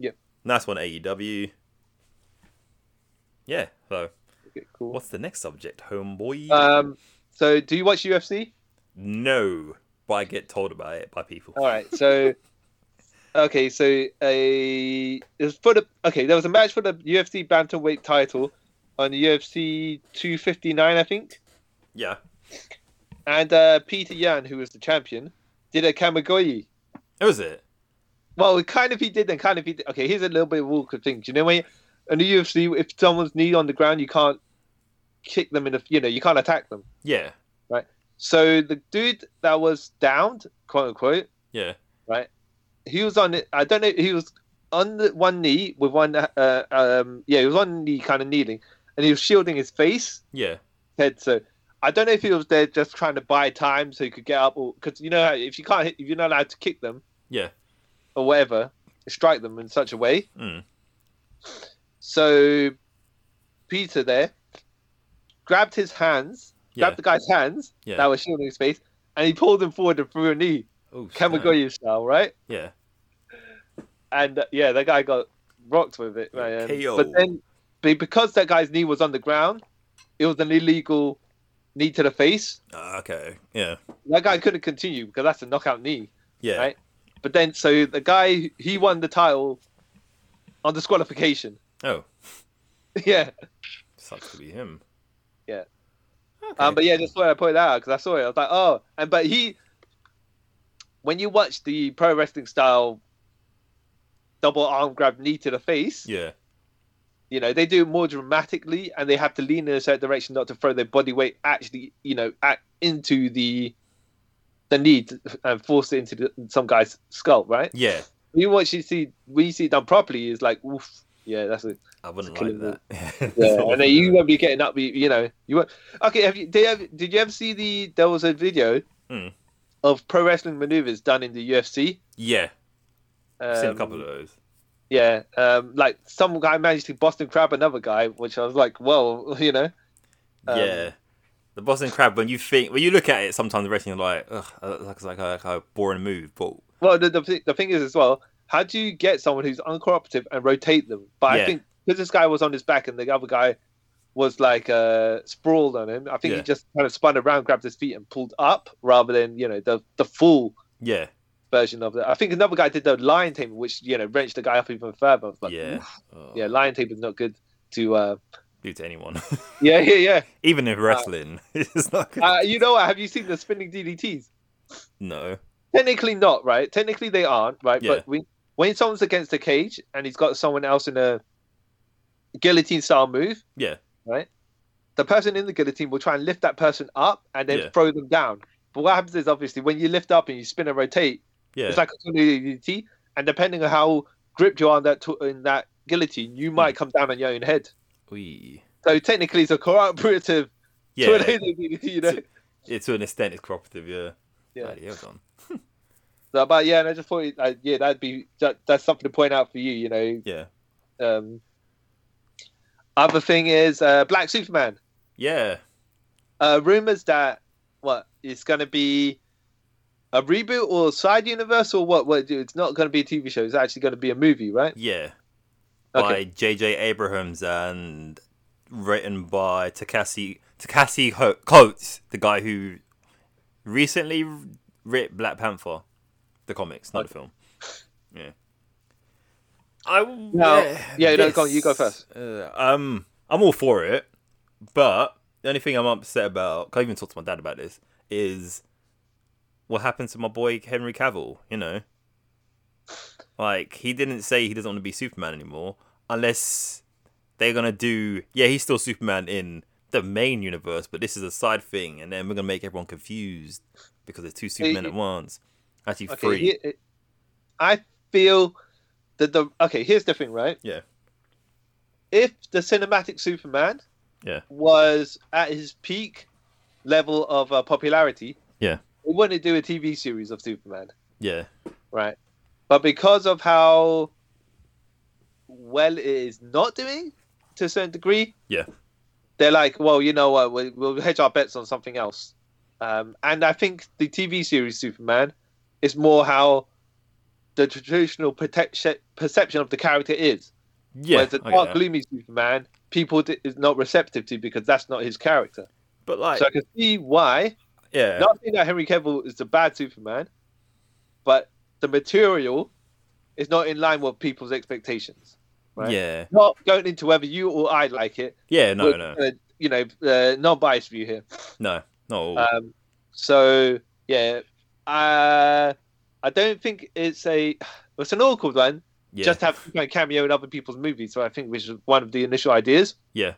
Speaker 2: Yep.
Speaker 1: Nice one, AEW. Yeah. So
Speaker 2: Okay, cool.
Speaker 1: what's the next subject, homeboy?
Speaker 2: Um, so do you watch UFC?
Speaker 1: no, but I get told about it by people.
Speaker 2: All right, so okay, so a it was for the okay, there was a match for the UFC bantamweight title on UFC 259, I think,
Speaker 1: Yeah.
Speaker 2: and uh, Peter Yan, who was the champion, did a kamagoye.
Speaker 1: That was it.
Speaker 2: Well, kind of he did, and kind of he did. Okay, here's a little bit of awkward thing. Do you know when in the UFC, if someone's knee on the ground, you can't kick them in the you know you can't attack them.
Speaker 1: Yeah.
Speaker 2: So the dude that was downed, quote unquote,
Speaker 1: Yeah.
Speaker 2: he was on I don't know he was on the, one knee with one uh, um yeah he was on knee kind of kneeling and he was shielding his face
Speaker 1: Yeah.
Speaker 2: head so I don't know if he was there just trying to buy time so he could get up or because you know how if you can't hit, if you're not allowed to kick them
Speaker 1: Yeah.
Speaker 2: or whatever strike them in such a way
Speaker 1: Mm.
Speaker 2: so Peter there grabbed his hands
Speaker 1: Yeah.
Speaker 2: grabbed the guy's hands
Speaker 1: Yeah.
Speaker 2: that were shielding his face and he pulled him forward and threw a knee
Speaker 1: Oh, snap.
Speaker 2: Kamagoye style right
Speaker 1: Yeah.
Speaker 2: and uh, yeah, that guy got rocked with it.
Speaker 1: Got
Speaker 2: Man.
Speaker 1: KO.
Speaker 2: But then, but because that guy's knee was on the ground, it was an illegal knee to the face.
Speaker 1: Ah, okay. Yeah.
Speaker 2: That guy couldn't continue because that's a knockout knee.
Speaker 1: Yeah.
Speaker 2: Right? But then, so the guy he won the title on disqualification. [LAUGHS]
Speaker 1: Oh,
Speaker 2: yeah.
Speaker 1: sucks to be him.
Speaker 2: Yeah.
Speaker 1: Okay.
Speaker 2: Um, but yeah, just thought I put it out because I saw it. I was like, oh, and but he, when you watch the pro wrestling style double arm grab knee to the face,
Speaker 1: yeah.
Speaker 2: you know they do it more dramatically and they have to lean in a certain direction not to throw their body weight actually, you know, at, into the the knee to- and force it into the, some guy's skull, right?
Speaker 1: Yeah.
Speaker 2: You watch you see when you see it done properly, it's like, oof, yeah, that's it.
Speaker 1: I wouldn't
Speaker 2: It's killing
Speaker 1: like [LAUGHS] that.
Speaker 2: Yeah, [LAUGHS] and then you won't be getting up. You, you know, you won't. Okay, have you? Did you ever, did you ever see the? There was a video
Speaker 1: Hmm.
Speaker 2: of pro wrestling maneuvers done in the UFC.
Speaker 1: yeah. I've seen a
Speaker 2: Um,
Speaker 1: couple of those.
Speaker 2: Yeah, um, like some guy managed to Boston crab another guy, which I was like, well, [LAUGHS] you know, um,
Speaker 1: yeah. The Boston Crab, when you think, when you look at it, sometimes the wrestling, you're like, ugh, that looks like a, like a boring move, but
Speaker 2: well, the, the thi- the thing is as well, how do you get someone who's uncooperative and rotate them? But
Speaker 1: Yeah.
Speaker 2: I think because this guy was on his back and the other guy was like uh, sprawled on him, I think
Speaker 1: Yeah.
Speaker 2: he just kind of spun around, grabbed his feet, and pulled up rather than you know the the full
Speaker 1: yeah.
Speaker 2: version of that. I think another guy did the lion tamer, which you know wrenched the guy up even further. But mm,
Speaker 1: yeah. Oh,
Speaker 2: yeah, lion tamer is not good to. Uh...
Speaker 1: Do to anyone. [LAUGHS]
Speaker 2: Yeah, yeah,
Speaker 1: Even in wrestling, [LAUGHS] it's not good.
Speaker 2: yeah. Uh, you know what? Have you seen the spinning DDTs?
Speaker 1: no.
Speaker 2: Technically not, right? Technically they aren't, right?
Speaker 1: Yeah.
Speaker 2: But when when someone's against the cage and he's got someone else in a guillotine style move,
Speaker 1: Yeah.
Speaker 2: right? The person in the guillotine will try and lift that person up and then
Speaker 1: Yeah.
Speaker 2: throw them down. But what happens is obviously when you lift up and you spin and rotate,
Speaker 1: Yeah.
Speaker 2: It's like a tornado DDT, and depending on how gripped you are in that to- in that guillotine, you might come down on your own head. [LAUGHS]
Speaker 1: Wee.
Speaker 2: So technically, it's a cooperative
Speaker 1: Yeah.
Speaker 2: tornado DDT, you know.
Speaker 1: yeah. To an extent, it's cooperative, yeah.
Speaker 2: Yeah.
Speaker 1: Bloody hell, Don.
Speaker 2: So, but yeah, and I just thought, it- like, yeah, that'd be that, that's something to point out for you, you know.
Speaker 1: Yeah.
Speaker 2: Um, other thing is uh, Black Superman.
Speaker 1: Yeah.
Speaker 2: Uh, rumors that what it's going to be a reboot or side universe or what? What? It's not going to be a TV show. It's actually going to be a movie, right?
Speaker 1: Yeah. By
Speaker 2: Okay.
Speaker 1: J.J. Abrahams and written by Takashi Takashi Ho- Coates, the guy who recently writ Black Panther, the comics, not the film. Yeah. I w-
Speaker 2: No. Yeah, no, go on, you go first.
Speaker 1: Uh, um, I'm all for it, but the only thing I'm upset about, 'cause I even talked to my dad about this, is what happened to my boy Henry Cavill. You know, like he didn't say he doesn't want to be Superman anymore, unless they're gonna do. Yeah, he's still Superman in the main universe, but this is a side thing, and then we're gonna make everyone confused because there's two Supermen
Speaker 2: you-
Speaker 1: at once. Actually,
Speaker 2: okay,
Speaker 1: three.
Speaker 2: he- I feel that the okay. Here's the thing, right?
Speaker 1: Yeah.
Speaker 2: If the cinematic Superman,
Speaker 1: Yeah.
Speaker 2: was at his peak level of uh, popularity,
Speaker 1: Yeah.
Speaker 2: we wouldn't do a TV series of Superman,
Speaker 1: Yeah,
Speaker 2: right? But because of how well it is not doing to a certain degree,
Speaker 1: yeah,
Speaker 2: they're like, well, you know what, we- we'll hedge our bets on something else. Um, and I think the TV series Superman is more how the traditional protec- perception of the character is.
Speaker 1: yeah.
Speaker 2: Whereas the
Speaker 1: I get
Speaker 2: dark,
Speaker 1: that.
Speaker 2: gloomy Superman, people d- is not receptive to because that's not his character.
Speaker 1: But like,
Speaker 2: so I can see why.
Speaker 1: yeah,
Speaker 2: Not saying that Henry Cavill is the bad Superman, but the material is not in line with people's expectations. right?
Speaker 1: yeah,
Speaker 2: Not going into whether you or I like it.
Speaker 1: yeah. No,
Speaker 2: we're
Speaker 1: no,
Speaker 2: gonna, you know, uh, non-biased view here.
Speaker 1: no, no.
Speaker 2: Um, so yeah, uh, I don't think it's a [SIGHS] it's an awkward one.
Speaker 1: yeah,
Speaker 2: Just have you know, cameo in other people's movies. So I think which is one of the initial ideas,
Speaker 1: yeah,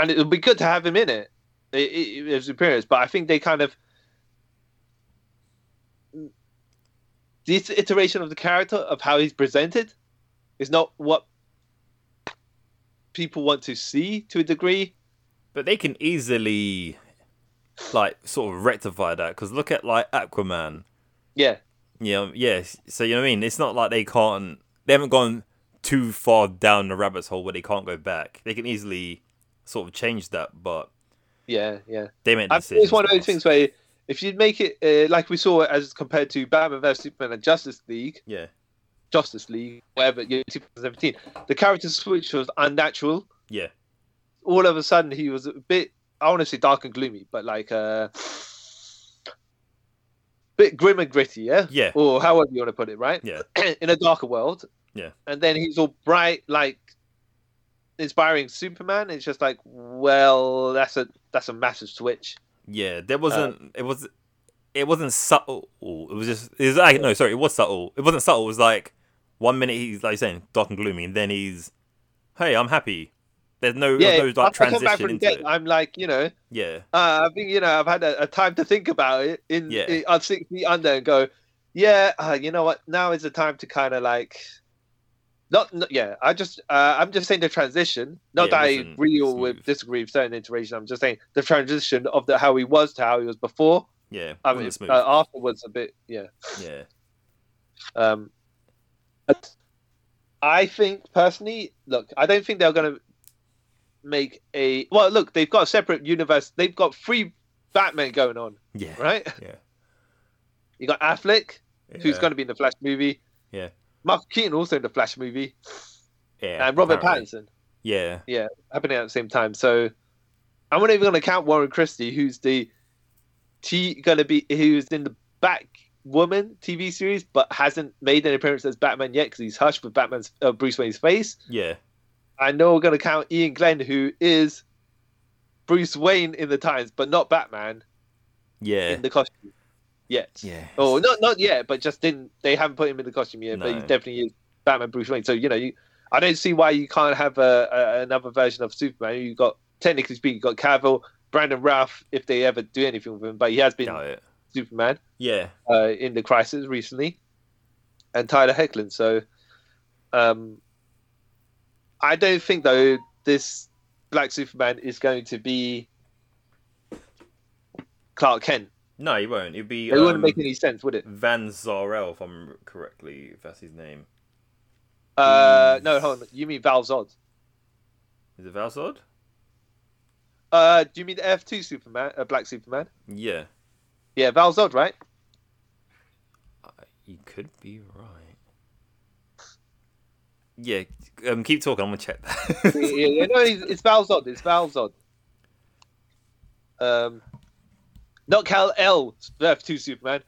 Speaker 2: and it would be good to have him in it, i- i- his appearance. But I think they kind of this iteration of the character of how he's presented is not what people want to see to a degree.
Speaker 1: But they can easily, like, sort of rectify that because look at like Aquaman.
Speaker 2: Yeah,
Speaker 1: You know, yes. So you know what I mean. It's not like they can't. They haven't gone too far down the rabbit's hole where they can't go back. They can easily sort of change that, but
Speaker 2: yeah, yeah.
Speaker 1: they made
Speaker 2: I
Speaker 1: decisions.
Speaker 2: think it's one of those things where if you make it uh, like we saw as compared to Batman vs Superman and Justice League,
Speaker 1: Yeah,
Speaker 2: Justice League, whatever, you know, 2017, the character switch was unnatural.
Speaker 1: yeah,
Speaker 2: All of a sudden, he was a bit, I want to say dark and gloomy, but like uh, a bit grim and gritty, yeah?
Speaker 1: Yeah.
Speaker 2: Or however you want to put it, right?
Speaker 1: Yeah.
Speaker 2: [CLEARS THROAT] in a darker world.
Speaker 1: Yeah.
Speaker 2: And then he's all bright, like inspiring Superman. It's just like, well, that's a that's a massive switch.
Speaker 1: Yeah,
Speaker 2: Uh,
Speaker 1: there wasn't. it was. It wasn't subtle. It was just. It was like no, sorry. It was subtle. It wasn't subtle. It was like one minute he's like you're saying dark and gloomy, and then he's, hey, I'm happy. There's no,
Speaker 2: Yeah.
Speaker 1: there's no like
Speaker 2: after I come
Speaker 1: transition
Speaker 2: back from
Speaker 1: into
Speaker 2: the date,
Speaker 1: it.
Speaker 2: I'm like, you know,
Speaker 1: Yeah,
Speaker 2: uh, I think you know, I've had a, a time to think about it in,
Speaker 1: Yeah.
Speaker 2: in on six feet under and go, yeah, uh, you know what? Now is the time to kind of like, not, not yeah. I just uh, I'm just saying the transition.
Speaker 1: Yeah,
Speaker 2: Not
Speaker 1: it
Speaker 2: that I
Speaker 1: wasn't
Speaker 2: agree or with
Speaker 1: smooth.
Speaker 2: disagree with certain iterations. I'm just saying the transition of the how he was to how he was before.
Speaker 1: yeah.
Speaker 2: I
Speaker 1: wasn't
Speaker 2: mean,
Speaker 1: smooth.
Speaker 2: uh, after was a bit yeah.
Speaker 1: yeah,
Speaker 2: Um, but I think personally, look, I don't think they're going to make a well. Look, they've got a separate universe. They've got three Batman going on,
Speaker 1: yeah,
Speaker 2: right?
Speaker 1: Yeah.
Speaker 2: You got Affleck, who's
Speaker 1: yeah,
Speaker 2: going to be in the Flash movie.
Speaker 1: Yeah.
Speaker 2: Michael Keaton also in the Flash movie,
Speaker 1: yeah,
Speaker 2: and uh, Robert
Speaker 1: apparently.
Speaker 2: Pattinson
Speaker 1: Yeah,
Speaker 2: happening at the same time. So I'm not even going to count Warren Christie, who's the T going to be who's in the Batwoman TV series, but hasn't made an appearance as Batman yet because he's hushed with Batman's uh, Bruce Wayne's face.
Speaker 1: yeah,
Speaker 2: I know we're going to count Ian Glenn, who is Bruce Wayne in the Times, but not Batman
Speaker 1: yeah,
Speaker 2: in the costume yet.
Speaker 1: yeah.
Speaker 2: Oh, not not yet, but just didn't. They haven't put him in the costume yet, but he
Speaker 1: No.
Speaker 2: definitely is Batman Bruce Wayne. So you know, you, I don't see why you can't have a, a another version of Superman. You got technically speaking, you got Cavill, Brandon Ralph, if they ever do anything with him, but he has been
Speaker 1: Doubt it.
Speaker 2: Superman
Speaker 1: Yeah,
Speaker 2: uh, in the Crisis recently, and Tyler Hecklin. So, um, I don't think though this Black Superman is going to be Clark Kent.
Speaker 1: no, he won't. It'd be
Speaker 2: It wouldn't
Speaker 1: um,
Speaker 2: make any sense, would it?
Speaker 1: Van Zarel, if I'm correctly, if that's his name.
Speaker 2: Uh, no, hold on. You mean Val Zod?
Speaker 1: Is it Valsod?
Speaker 2: Uh, do you mean F two Superman, uh, Black Superman?
Speaker 1: Yeah,
Speaker 2: Yeah, Val Zod, [LAUGHS] right?
Speaker 1: You could be right. Yeah, um, keep talking. I'm gonna check
Speaker 2: [LAUGHS] yeah,
Speaker 1: [LAUGHS] that.
Speaker 2: yeah, yeah. no, it's, it's Val Zod. It's Val Zod. Um, not Cal L F two Superman.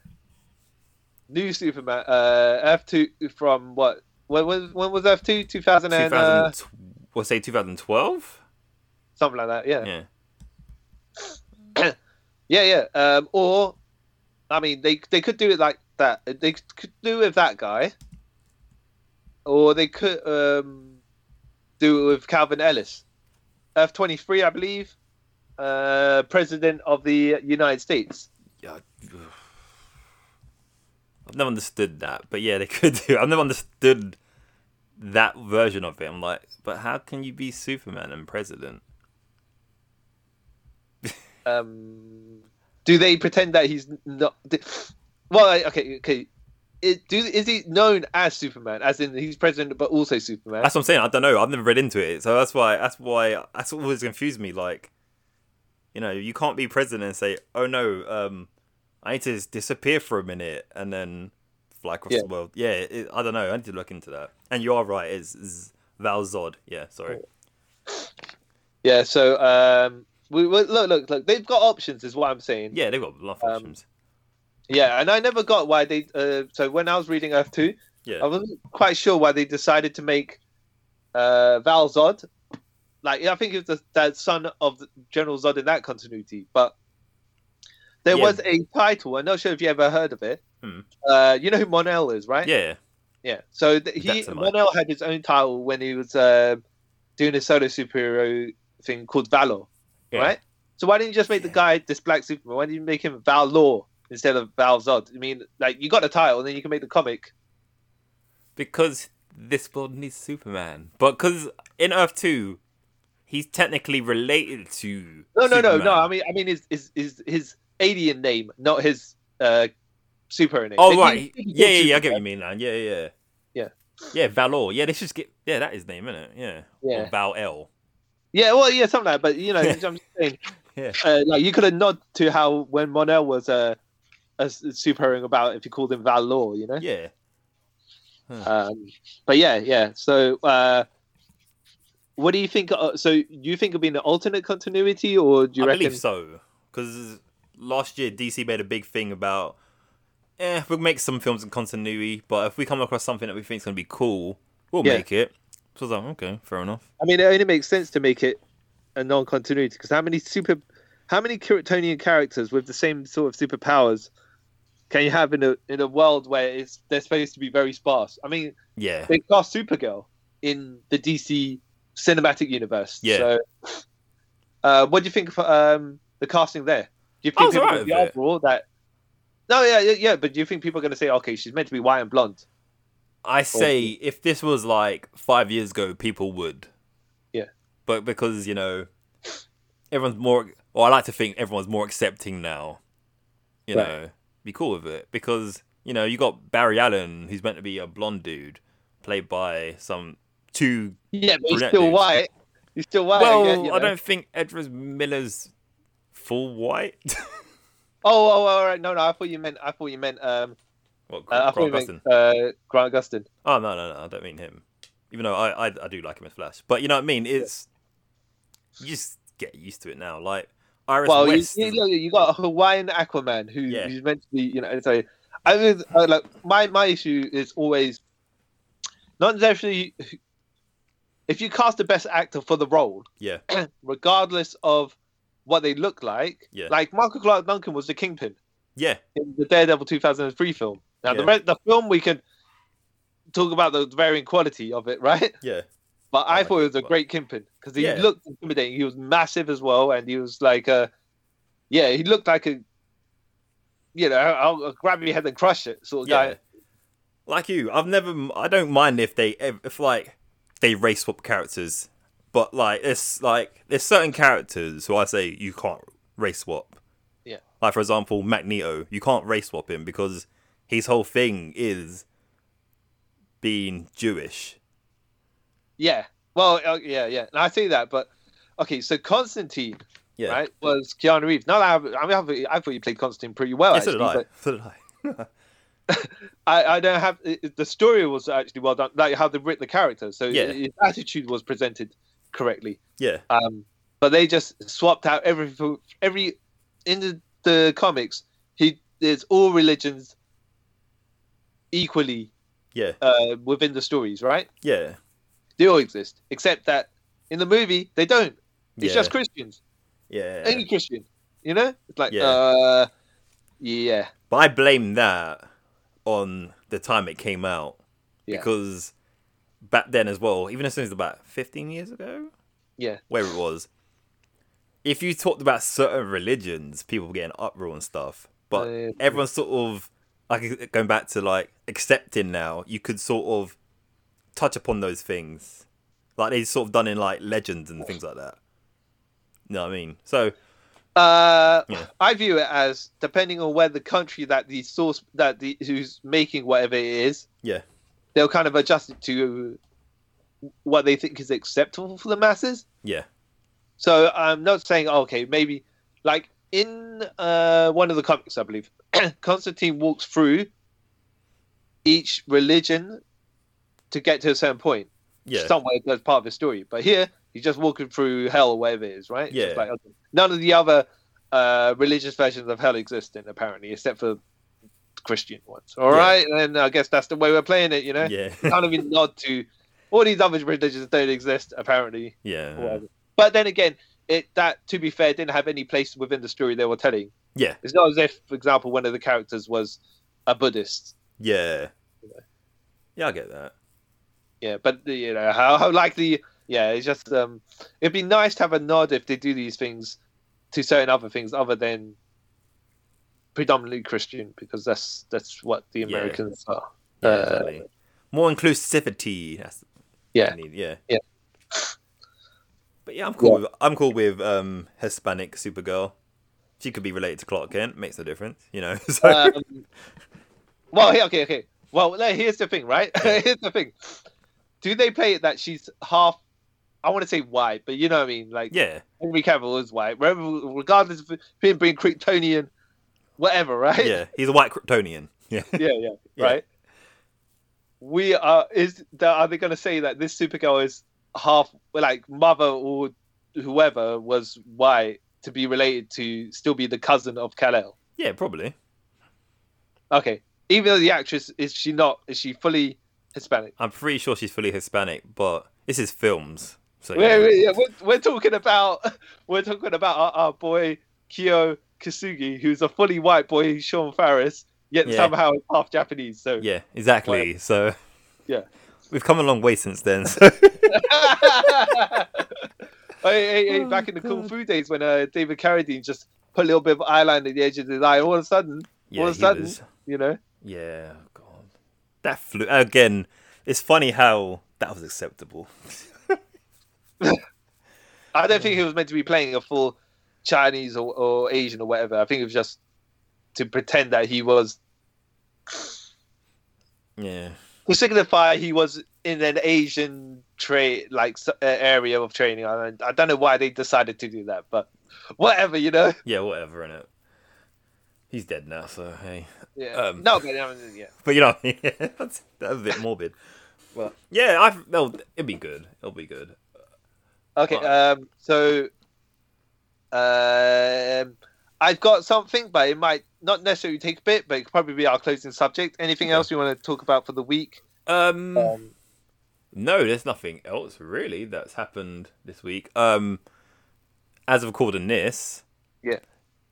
Speaker 2: New Superman. Uh, F two from what? When was when was F two? Two thousand and uh,
Speaker 1: 2000, we'll say 2012.
Speaker 2: something like that. Yeah,
Speaker 1: Yeah,
Speaker 2: yeah, yeah. Um, or, I mean, they they could do it like that. They could do it with that guy, or they could um, do it with Calvin Ellis, F twenty three, I believe, uh, president of the United States.
Speaker 1: yeah. I- I've never understood that, but yeah, they [LAUGHS] could do. I've never understood that version of it. I'm like, but how can you be Superman and president?
Speaker 2: Um, do they pretend that he's not? d- Well, I- okay, okay. It, do is he known as Superman, as in he's president, but also Superman?
Speaker 1: That's what I'm saying. I don't know. I've never read into it, so that's why. That's why. That's what always confused me. Like, you know, you can't be president and say, "Oh no, um, I need to just disappear for a minute and then fly across
Speaker 2: Yeah.
Speaker 1: the world." Yeah, it, I don't know. I need to look into that. And you are right. It's, it's Val Zod. Yeah, sorry.
Speaker 2: Yeah, so um, we, we look, look, look. They've got options, is what I'm saying. Yeah,
Speaker 1: Yeah, they've got a lot of
Speaker 2: Um,
Speaker 1: options.
Speaker 2: and I never got why they. Uh, so when I was reading Earth Two,
Speaker 1: Yeah,
Speaker 2: I wasn't quite sure why they decided to make uh, Val Zod. Like, I think it was the, the son of General Zod in that continuity, but there
Speaker 1: Yeah.
Speaker 2: was a title. I'm not sure if you ever heard of it.
Speaker 1: Hmm.
Speaker 2: Uh, you know who Monel is, right?
Speaker 1: yeah,
Speaker 2: Yeah. So th- he
Speaker 1: That's a lot.
Speaker 2: Monel had his own title when he was uh, doing a solo superhero thing called Valor,
Speaker 1: Yeah.
Speaker 2: right? So why didn't you just make the
Speaker 1: Yeah.
Speaker 2: guy this Black Superman? Why didn't you make him Valor instead of Val Zod? I mean, like you got the title, then you can make the comic.
Speaker 1: because this world needs Superman. But because in Earth Two, he's technically related to.
Speaker 2: No, no, no,
Speaker 1: Superman.
Speaker 2: no. I mean, I mean, his his his, his alien name, not his uh, superhero name. They
Speaker 1: Oh
Speaker 2: do-
Speaker 1: right,
Speaker 2: they do
Speaker 1: yeah,
Speaker 2: call
Speaker 1: yeah, yeah. I
Speaker 2: Superman.
Speaker 1: get what you mean, man. Yeah, yeah,
Speaker 2: Yeah.
Speaker 1: yeah. Valor. Yeah, they should just get. Yeah, that is his name, isn't it? Yeah.
Speaker 2: Yeah.
Speaker 1: Or Val
Speaker 2: [LAUGHS]
Speaker 1: L.
Speaker 2: Yeah, well, yeah, something like that. But you know, I'm just saying,
Speaker 1: [LAUGHS] Yeah.
Speaker 2: uh, like you could have nod to how when Monel was uh, a s- superheroing about if you called him Valor, you know.
Speaker 1: Yeah.
Speaker 2: Um, but yeah, yeah. So, uh, what do you think? Uh, so, you think it'll be an alternate continuity, or do you
Speaker 1: I
Speaker 2: reckon?
Speaker 1: believe so. Because last year DC made a big thing about eh, we'll make some films in continuity, but if we come across something that we think is going to be cool, we'll
Speaker 2: Yeah.
Speaker 1: make it. So I was like, okay, fair enough.
Speaker 2: I mean, it only makes sense to make it a non-continuity because how many super, how many Kryptonian characters with the same sort of superpowers can you have in a in a world where it's they're supposed to be very sparse? I mean,
Speaker 1: Yeah,
Speaker 2: they cast Supergirl in the DC cinematic universe.
Speaker 1: Yeah.
Speaker 2: So, uh, what do you think of um, the casting there? Do you
Speaker 1: I
Speaker 2: think
Speaker 1: was
Speaker 2: people
Speaker 1: alright
Speaker 2: will be
Speaker 1: with it.
Speaker 2: overall that? No, yeah, yeah, yeah, but do you think people are going to say, okay, she's meant to be white and blonde?
Speaker 1: I say if this was like five years ago, people would.
Speaker 2: Yeah.
Speaker 1: But because you know, everyone's more. Well, I like to think everyone's more accepting now. You
Speaker 2: Right.
Speaker 1: know, be cool with it because you know you got Barry Allen, who's meant to be a blonde dude, played by some two.
Speaker 2: Yeah, but he's
Speaker 1: Brunette
Speaker 2: still
Speaker 1: dude.
Speaker 2: white. He's still white.
Speaker 1: well,
Speaker 2: yeah, you
Speaker 1: I
Speaker 2: know.
Speaker 1: don't think Edward Miller's full white. [LAUGHS]
Speaker 2: Oh, oh, all right. No, no. I thought you meant. I thought you meant. Um,
Speaker 1: what,
Speaker 2: uh, I thought
Speaker 1: Grant
Speaker 2: you meant
Speaker 1: Gustin?
Speaker 2: uh, Grant Gustin.
Speaker 1: Oh no, no, no! I don't mean him. Even though I, I, I do like him as Flash, but you know what I mean. It's you just get used to it now. Like Iris
Speaker 2: Well, you,
Speaker 1: West,
Speaker 2: you,
Speaker 1: is-
Speaker 2: look, you got a Hawaiian Aquaman who,
Speaker 1: Yeah.
Speaker 2: who's meant to be. You know, it's like I was uh, like my my issue is always not necessarily if you cast the best actor for the role,
Speaker 1: yeah,
Speaker 2: regardless of what they look like.
Speaker 1: Yeah.
Speaker 2: Like Michael Clark Duncan was the Kingpin
Speaker 1: yeah,
Speaker 2: in the Daredevil 2003 film. Now the
Speaker 1: Yeah.
Speaker 2: re- the film we can talk about the varying quality of it, [LAUGHS] right?
Speaker 1: yeah,
Speaker 2: But I
Speaker 1: like
Speaker 2: thought it was
Speaker 1: it,
Speaker 2: a
Speaker 1: but-
Speaker 2: great Kimpin because he
Speaker 1: Yeah.
Speaker 2: looked intimidating. He was massive as well, and he was like a, yeah, he looked like a, you know, I'll, I'll grab your head and crush it sort of
Speaker 1: yeah.
Speaker 2: guy.
Speaker 1: Like you, I've never. I don't mind if they if like they race swap characters, but like it's like there's certain characters who I say you can't race swap.
Speaker 2: Yeah.
Speaker 1: Like for example, Magneto, you can't race swap him because his whole thing is being Jewish.
Speaker 2: Yeah. Well, uh, yeah, yeah. And I see that, but okay. So Constantine,
Speaker 1: Yeah.
Speaker 2: right, was Keanu Reeves. Now that I, I mean, I thought, I thought you played Constantine pretty well.
Speaker 1: Yeah, so
Speaker 2: Oh, actually,
Speaker 1: did I.
Speaker 2: but
Speaker 1: So did I.
Speaker 2: I, I don't have it- it- the story was actually well done, like how they writ the character. So
Speaker 1: Yeah.
Speaker 2: his attitude was presented correctly.
Speaker 1: Yeah,
Speaker 2: Um, but they just swapped out every every in the, the comics. He there's all religions equally
Speaker 1: yeah,
Speaker 2: uh, within the stories, right?
Speaker 1: yeah,
Speaker 2: They all exist, except that in the movie they don't. It's
Speaker 1: Yeah.
Speaker 2: just Christians,
Speaker 1: yeah.
Speaker 2: only Christian. You know, it's like
Speaker 1: Yeah.
Speaker 2: uh, yeah,
Speaker 1: But I blame that on the time it came out
Speaker 2: Yeah.
Speaker 1: because back then as well, even as soon as about fifteen years ago,
Speaker 2: yeah,
Speaker 1: where it was, if you talked about certain religions, people were getting uproar and stuff. But
Speaker 2: Uh, yeah.
Speaker 1: everyone's sort of like e-, going back to like accepting now. You could sort of touch upon those things, like they sort of done in like legends and things like that. You know what I mean? So
Speaker 2: Uh,
Speaker 1: Yeah.
Speaker 2: I view it as depending on where the country that the source that the who's making whatever it is,
Speaker 1: yeah,
Speaker 2: they'll kind of adjust it to what they think is acceptable for the masses.
Speaker 1: yeah,
Speaker 2: So I'm not saying oh, okay, maybe like in uh, one of the comics, I believe [CLEARS THROAT] Constantine walks through each religion to get to a certain point.
Speaker 1: yeah.
Speaker 2: Somewhere that's part of the story, but here he's just walking through hell or wherever it is, right? It's just
Speaker 1: Yeah.
Speaker 2: like, okay. None of the other uh, religious versions of hell exist, in, apparently, except for Christian ones. All
Speaker 1: Yeah.
Speaker 2: right, and I guess that's the way we're playing it, you know [LAUGHS]
Speaker 1: yeah,
Speaker 2: kind of a nod to all these other religions don't exist apparently.
Speaker 1: yeah,
Speaker 2: Whatever. But then again, it that to be fair didn't have any place within the story they were telling.
Speaker 1: yeah,
Speaker 2: It's not as if, for example, one of the characters was a Buddhist.
Speaker 1: yeah, yeah. I get that.
Speaker 2: Yeah, but you know how how likely? Yeah, it's just um, it'd be nice to have a nod if they do these things to certain other things other than predominantly Christian because that's that's what the
Speaker 1: Yeah.
Speaker 2: Americans are.
Speaker 1: Yeah,
Speaker 2: Uh,
Speaker 1: exactly. More inclusivity. That's
Speaker 2: Yeah.
Speaker 1: I need, yeah,
Speaker 2: Yeah.
Speaker 1: But yeah, I'm cool. With, I'm cool with um, Hispanic Supergirl. She could be related to Clark Kent. Makes no difference, you know. [LAUGHS] So
Speaker 2: um, well, here- okay, okay. Well, no, here's the thing, right? [LAUGHS] here's the thing. Do they play it that she's half? I want to say white, but you know what I mean. Like [LAUGHS]
Speaker 1: yeah,
Speaker 2: Henry Cavill is white, wherever- regardless of him being Kryptonian, whatever, right?
Speaker 1: yeah. He's a white Kryptonian. Yeah,
Speaker 2: [LAUGHS] yeah, yeah,
Speaker 1: [LAUGHS] Yeah.
Speaker 2: right. We are is that are they going to say that this Supergirl is half like mother or whoever was white to be related to still be the cousin of Kal El?
Speaker 1: yeah, probably.
Speaker 2: Okay. Even though the actress is she not is she fully Hispanic?
Speaker 1: I'm pretty sure she's fully Hispanic, but this is films. So
Speaker 2: We're,
Speaker 1: yeah.
Speaker 2: we're, we're- we're talking about [LAUGHS] we're talking about our, our boy Kyo Kasugi, who's a fully white boy, Sean Farris, yet
Speaker 1: Yeah.
Speaker 2: somehow is half Japanese. So
Speaker 1: Yeah, exactly. So
Speaker 2: yeah.
Speaker 1: we've come a long way since then. So.
Speaker 2: Hey, oh, hey, hey, back in the kung fu days when uh, David Carradine just put a little bit of eyeliner at the edge of his eye, all of a sudden,
Speaker 1: Yeah,
Speaker 2: all of a
Speaker 1: he
Speaker 2: sudden,
Speaker 1: was-
Speaker 2: you know,
Speaker 1: Yeah, God, that flew again. It's funny how that was acceptable.
Speaker 2: I don't think he was meant to be playing a full Chinese or, or Asian or whatever. I think it was just to pretend that he was
Speaker 1: Yeah,
Speaker 2: to signify he was in an Asian trade like s- uh, area of training. I, I don't know why they decided to do that, but whatever, you know.
Speaker 1: yeah, whatever. In it, he's dead now. So hey, [LAUGHS]
Speaker 2: Yeah.
Speaker 1: Um.
Speaker 2: no, but I mean, yeah.
Speaker 1: but you know, [LAUGHS] what I mean? that's, that's a bit morbid. Well, yeah, I no, it'll be good. It'll be good.
Speaker 2: Okay. Um. So, um, I've got something, but it might not necessarily take a bit, but it could probably be our closing subject. Anything else you want to talk about for the week?
Speaker 1: Um,
Speaker 2: Um,
Speaker 1: no, there's nothing else really that's happened this week. Um, as of recording this,
Speaker 2: yeah.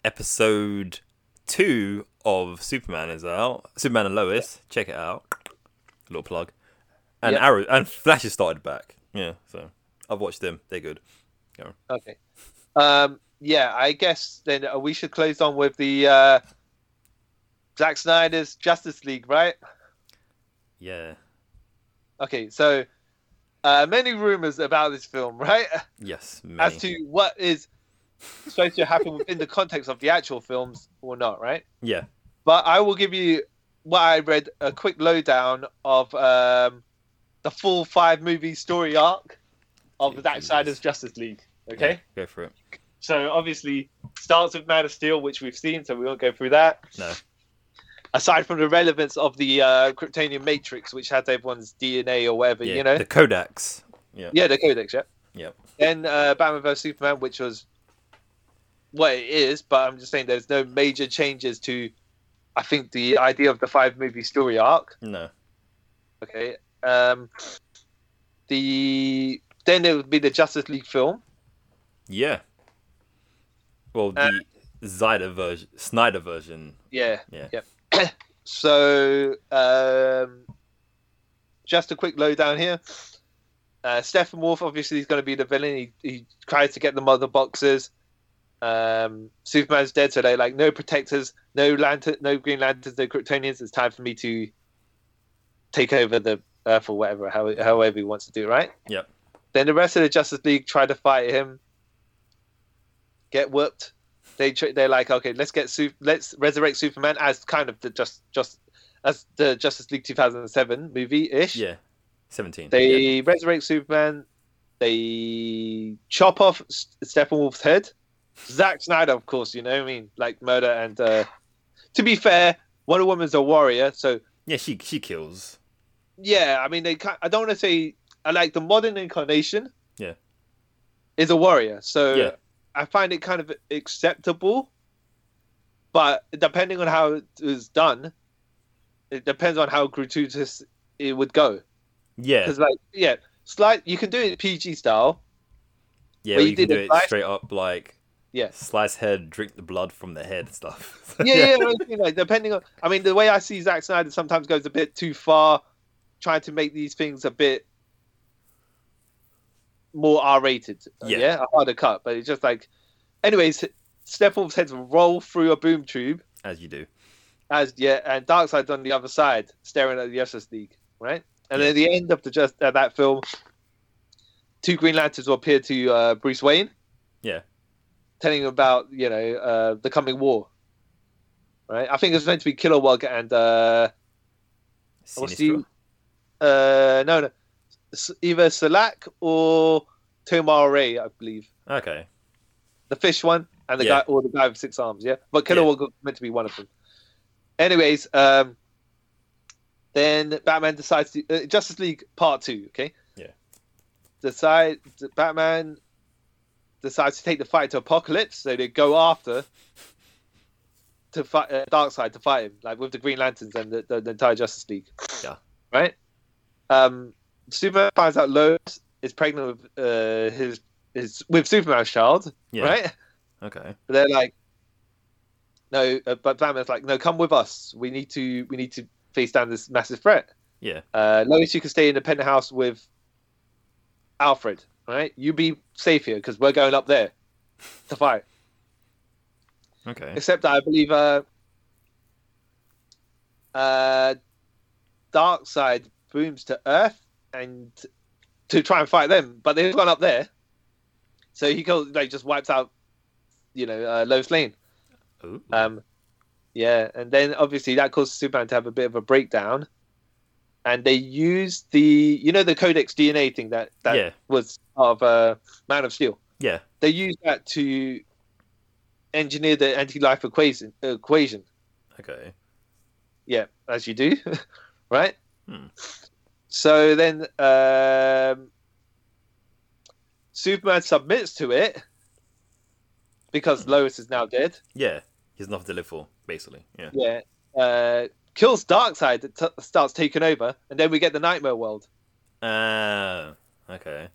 Speaker 1: episode two of Superman is out. Superman and Lois, check it out. little plug. And
Speaker 2: Yep.
Speaker 1: Arrow and Flash has started back. Yeah, so I've watched them. They're good.
Speaker 2: Okay. Um, yeah, I guess then uh, we should close on with the uh, Zack Snyder's Justice League, right?
Speaker 1: Yeah.
Speaker 2: Okay, so uh, many rumors about this film, [LAUGHS] right?
Speaker 1: Yes.
Speaker 2: As
Speaker 1: many.
Speaker 2: to what is supposed to happen within the context of the actual films or not, right?
Speaker 1: yeah.
Speaker 2: But I will give you what I read a quick lowdown of um, the full five movie story arc of
Speaker 1: Jesus.
Speaker 2: Zack Snyder's Justice League. Okay.
Speaker 1: Yeah, go for it.
Speaker 2: So obviously starts with Man of Steel, which we've seen, so we won't go through that.
Speaker 1: No.
Speaker 2: Aside from the relevance of the uh, Kryptonian Matrix, which has everyone's DNA or whatever,
Speaker 1: Yeah,
Speaker 2: you know.
Speaker 1: the Kodaks.
Speaker 2: Yeah, the Codex, yeah.
Speaker 1: Yep.
Speaker 2: Then uh, Batman vs Superman, which was what it is, but I'm just saying there's no major changes to, I think the idea of the five movie story arc.
Speaker 1: No.
Speaker 2: Okay. Um, the then there would be the Justice League film.
Speaker 1: Yeah. Well,
Speaker 2: Uh,
Speaker 1: the Zyder version, Snyder version.
Speaker 2: Yeah.
Speaker 1: Yeah.
Speaker 2: Yep. so, um, just a quick lowdown here. Uh, Stephen Wolf obviously is going to be the villain. He, he tries to get the mother boxes. Um, Superman's dead, so they're like, no protectors, no lantern, no Green Lanterns, no Kryptonians. It's time for me to take over the Earth or whatever, how, however he wants to do, it, right?
Speaker 1: Yep.
Speaker 2: Then the rest of the Justice League try to fight him, get whooped they tr- they're like, okay, let's get Su- let's resurrect Superman as kind of the just just as the Justice League 2007 movie ish.
Speaker 1: Yeah. 17.
Speaker 2: They
Speaker 1: Yeah.
Speaker 2: resurrect Superman. They chop off S- Steppenwolf's head. Zack Snyder, of course, you know what I mean, like murder and. Uh, to be fair, Wonder Woman's a warrior, so
Speaker 1: yeah, she she kills.
Speaker 2: yeah, I mean, they. Can't, I don't want to say I like the modern incarnation.
Speaker 1: Yeah.
Speaker 2: is a warrior, so
Speaker 1: Yeah.
Speaker 2: I find it kind of acceptable. But depending on how it was done, it depends on how gratuitous it would go.
Speaker 1: Yeah.
Speaker 2: Because like, yeah, slight you can do it
Speaker 1: [LAUGHS]
Speaker 2: PG style.
Speaker 1: Yeah,
Speaker 2: Well,
Speaker 1: or
Speaker 2: you
Speaker 1: you can
Speaker 2: did
Speaker 1: do
Speaker 2: it
Speaker 1: it
Speaker 2: right.
Speaker 1: straight up like
Speaker 2: Yeah.
Speaker 1: slice head, drink the blood from the head stuff.
Speaker 2: Yeah, yeah, but, you know, depending on. I mean, the way I see Zack Snyder sometimes goes a bit too far, trying to make these things a bit more R-rated. Uh,
Speaker 1: Yeah.
Speaker 2: a harder cut, but it's just like, anyways, Steppenwolf's heads roll through a boom tube.
Speaker 1: [LAUGHS] As you do.
Speaker 2: as yeah, and Darkseid's on the other side, staring at the Justice League, right? And
Speaker 1: Yeah.
Speaker 2: at the end of the just uh, that film, two Green Lanterns will appear to uh, Bruce Wayne.
Speaker 1: Yeah.
Speaker 2: telling him about you know uh, the coming war. Right, I think it was meant to be Kilowog and uh, what's the,
Speaker 1: Sinestro?
Speaker 2: uh no no, S- either Salak or Tomar Ray, I believe,
Speaker 1: Okay.
Speaker 2: the fish one and the
Speaker 1: Yeah.
Speaker 2: guy or the guy with six arms. Yeah, but
Speaker 1: Yeah.
Speaker 2: Kilowog was meant to be one of them. Anyways, um, then Batman decides to uh, Justice League Part Two. Okay.
Speaker 1: Yeah.
Speaker 2: Decide Batman decides to take the fight to Apocalypse, so they go after to fight uh, Darkseid to fight him, like with the Green Lanterns and the, the, the entire Justice League.
Speaker 1: Yeah.
Speaker 2: Right. Um, Superman finds out Lois is pregnant with uh, his his with Superman's child.
Speaker 1: Yeah.
Speaker 2: Right.
Speaker 1: Okay.
Speaker 2: But they're like, no. Uh, but Batman's like, no, come with us. We need to we need to face down this massive threat.
Speaker 1: Yeah.
Speaker 2: Uh, Lois, you can stay in the penthouse with Alfred. all Right. You be safe here because we're going up there to fight.
Speaker 1: [LAUGHS] Okay.
Speaker 2: Except that I believe uh, uh, Dark Side booms to Earth and to try and fight them, but they've gone up there. So he goes like just wipes out, you know, uh, Lois Lane.
Speaker 1: Ooh.
Speaker 2: Um, yeah, and then obviously that caused Superman to have a bit of a breakdown, and they used the you know the Codex DNA thing that that
Speaker 1: yeah.
Speaker 2: was part of uh, Man of Steel
Speaker 1: Yeah.
Speaker 2: they use that to engineer the anti-life equation equation
Speaker 1: Okay.
Speaker 2: yeah as you do [LAUGHS] right
Speaker 1: Hmm.
Speaker 2: so then um, superman submits to it because lois is now dead
Speaker 1: Yeah. He's nothing to live for, basically. Yeah.
Speaker 2: yeah uh, kills darkseid that t- starts taking over and then we get the nightmare world
Speaker 1: Ah. okay.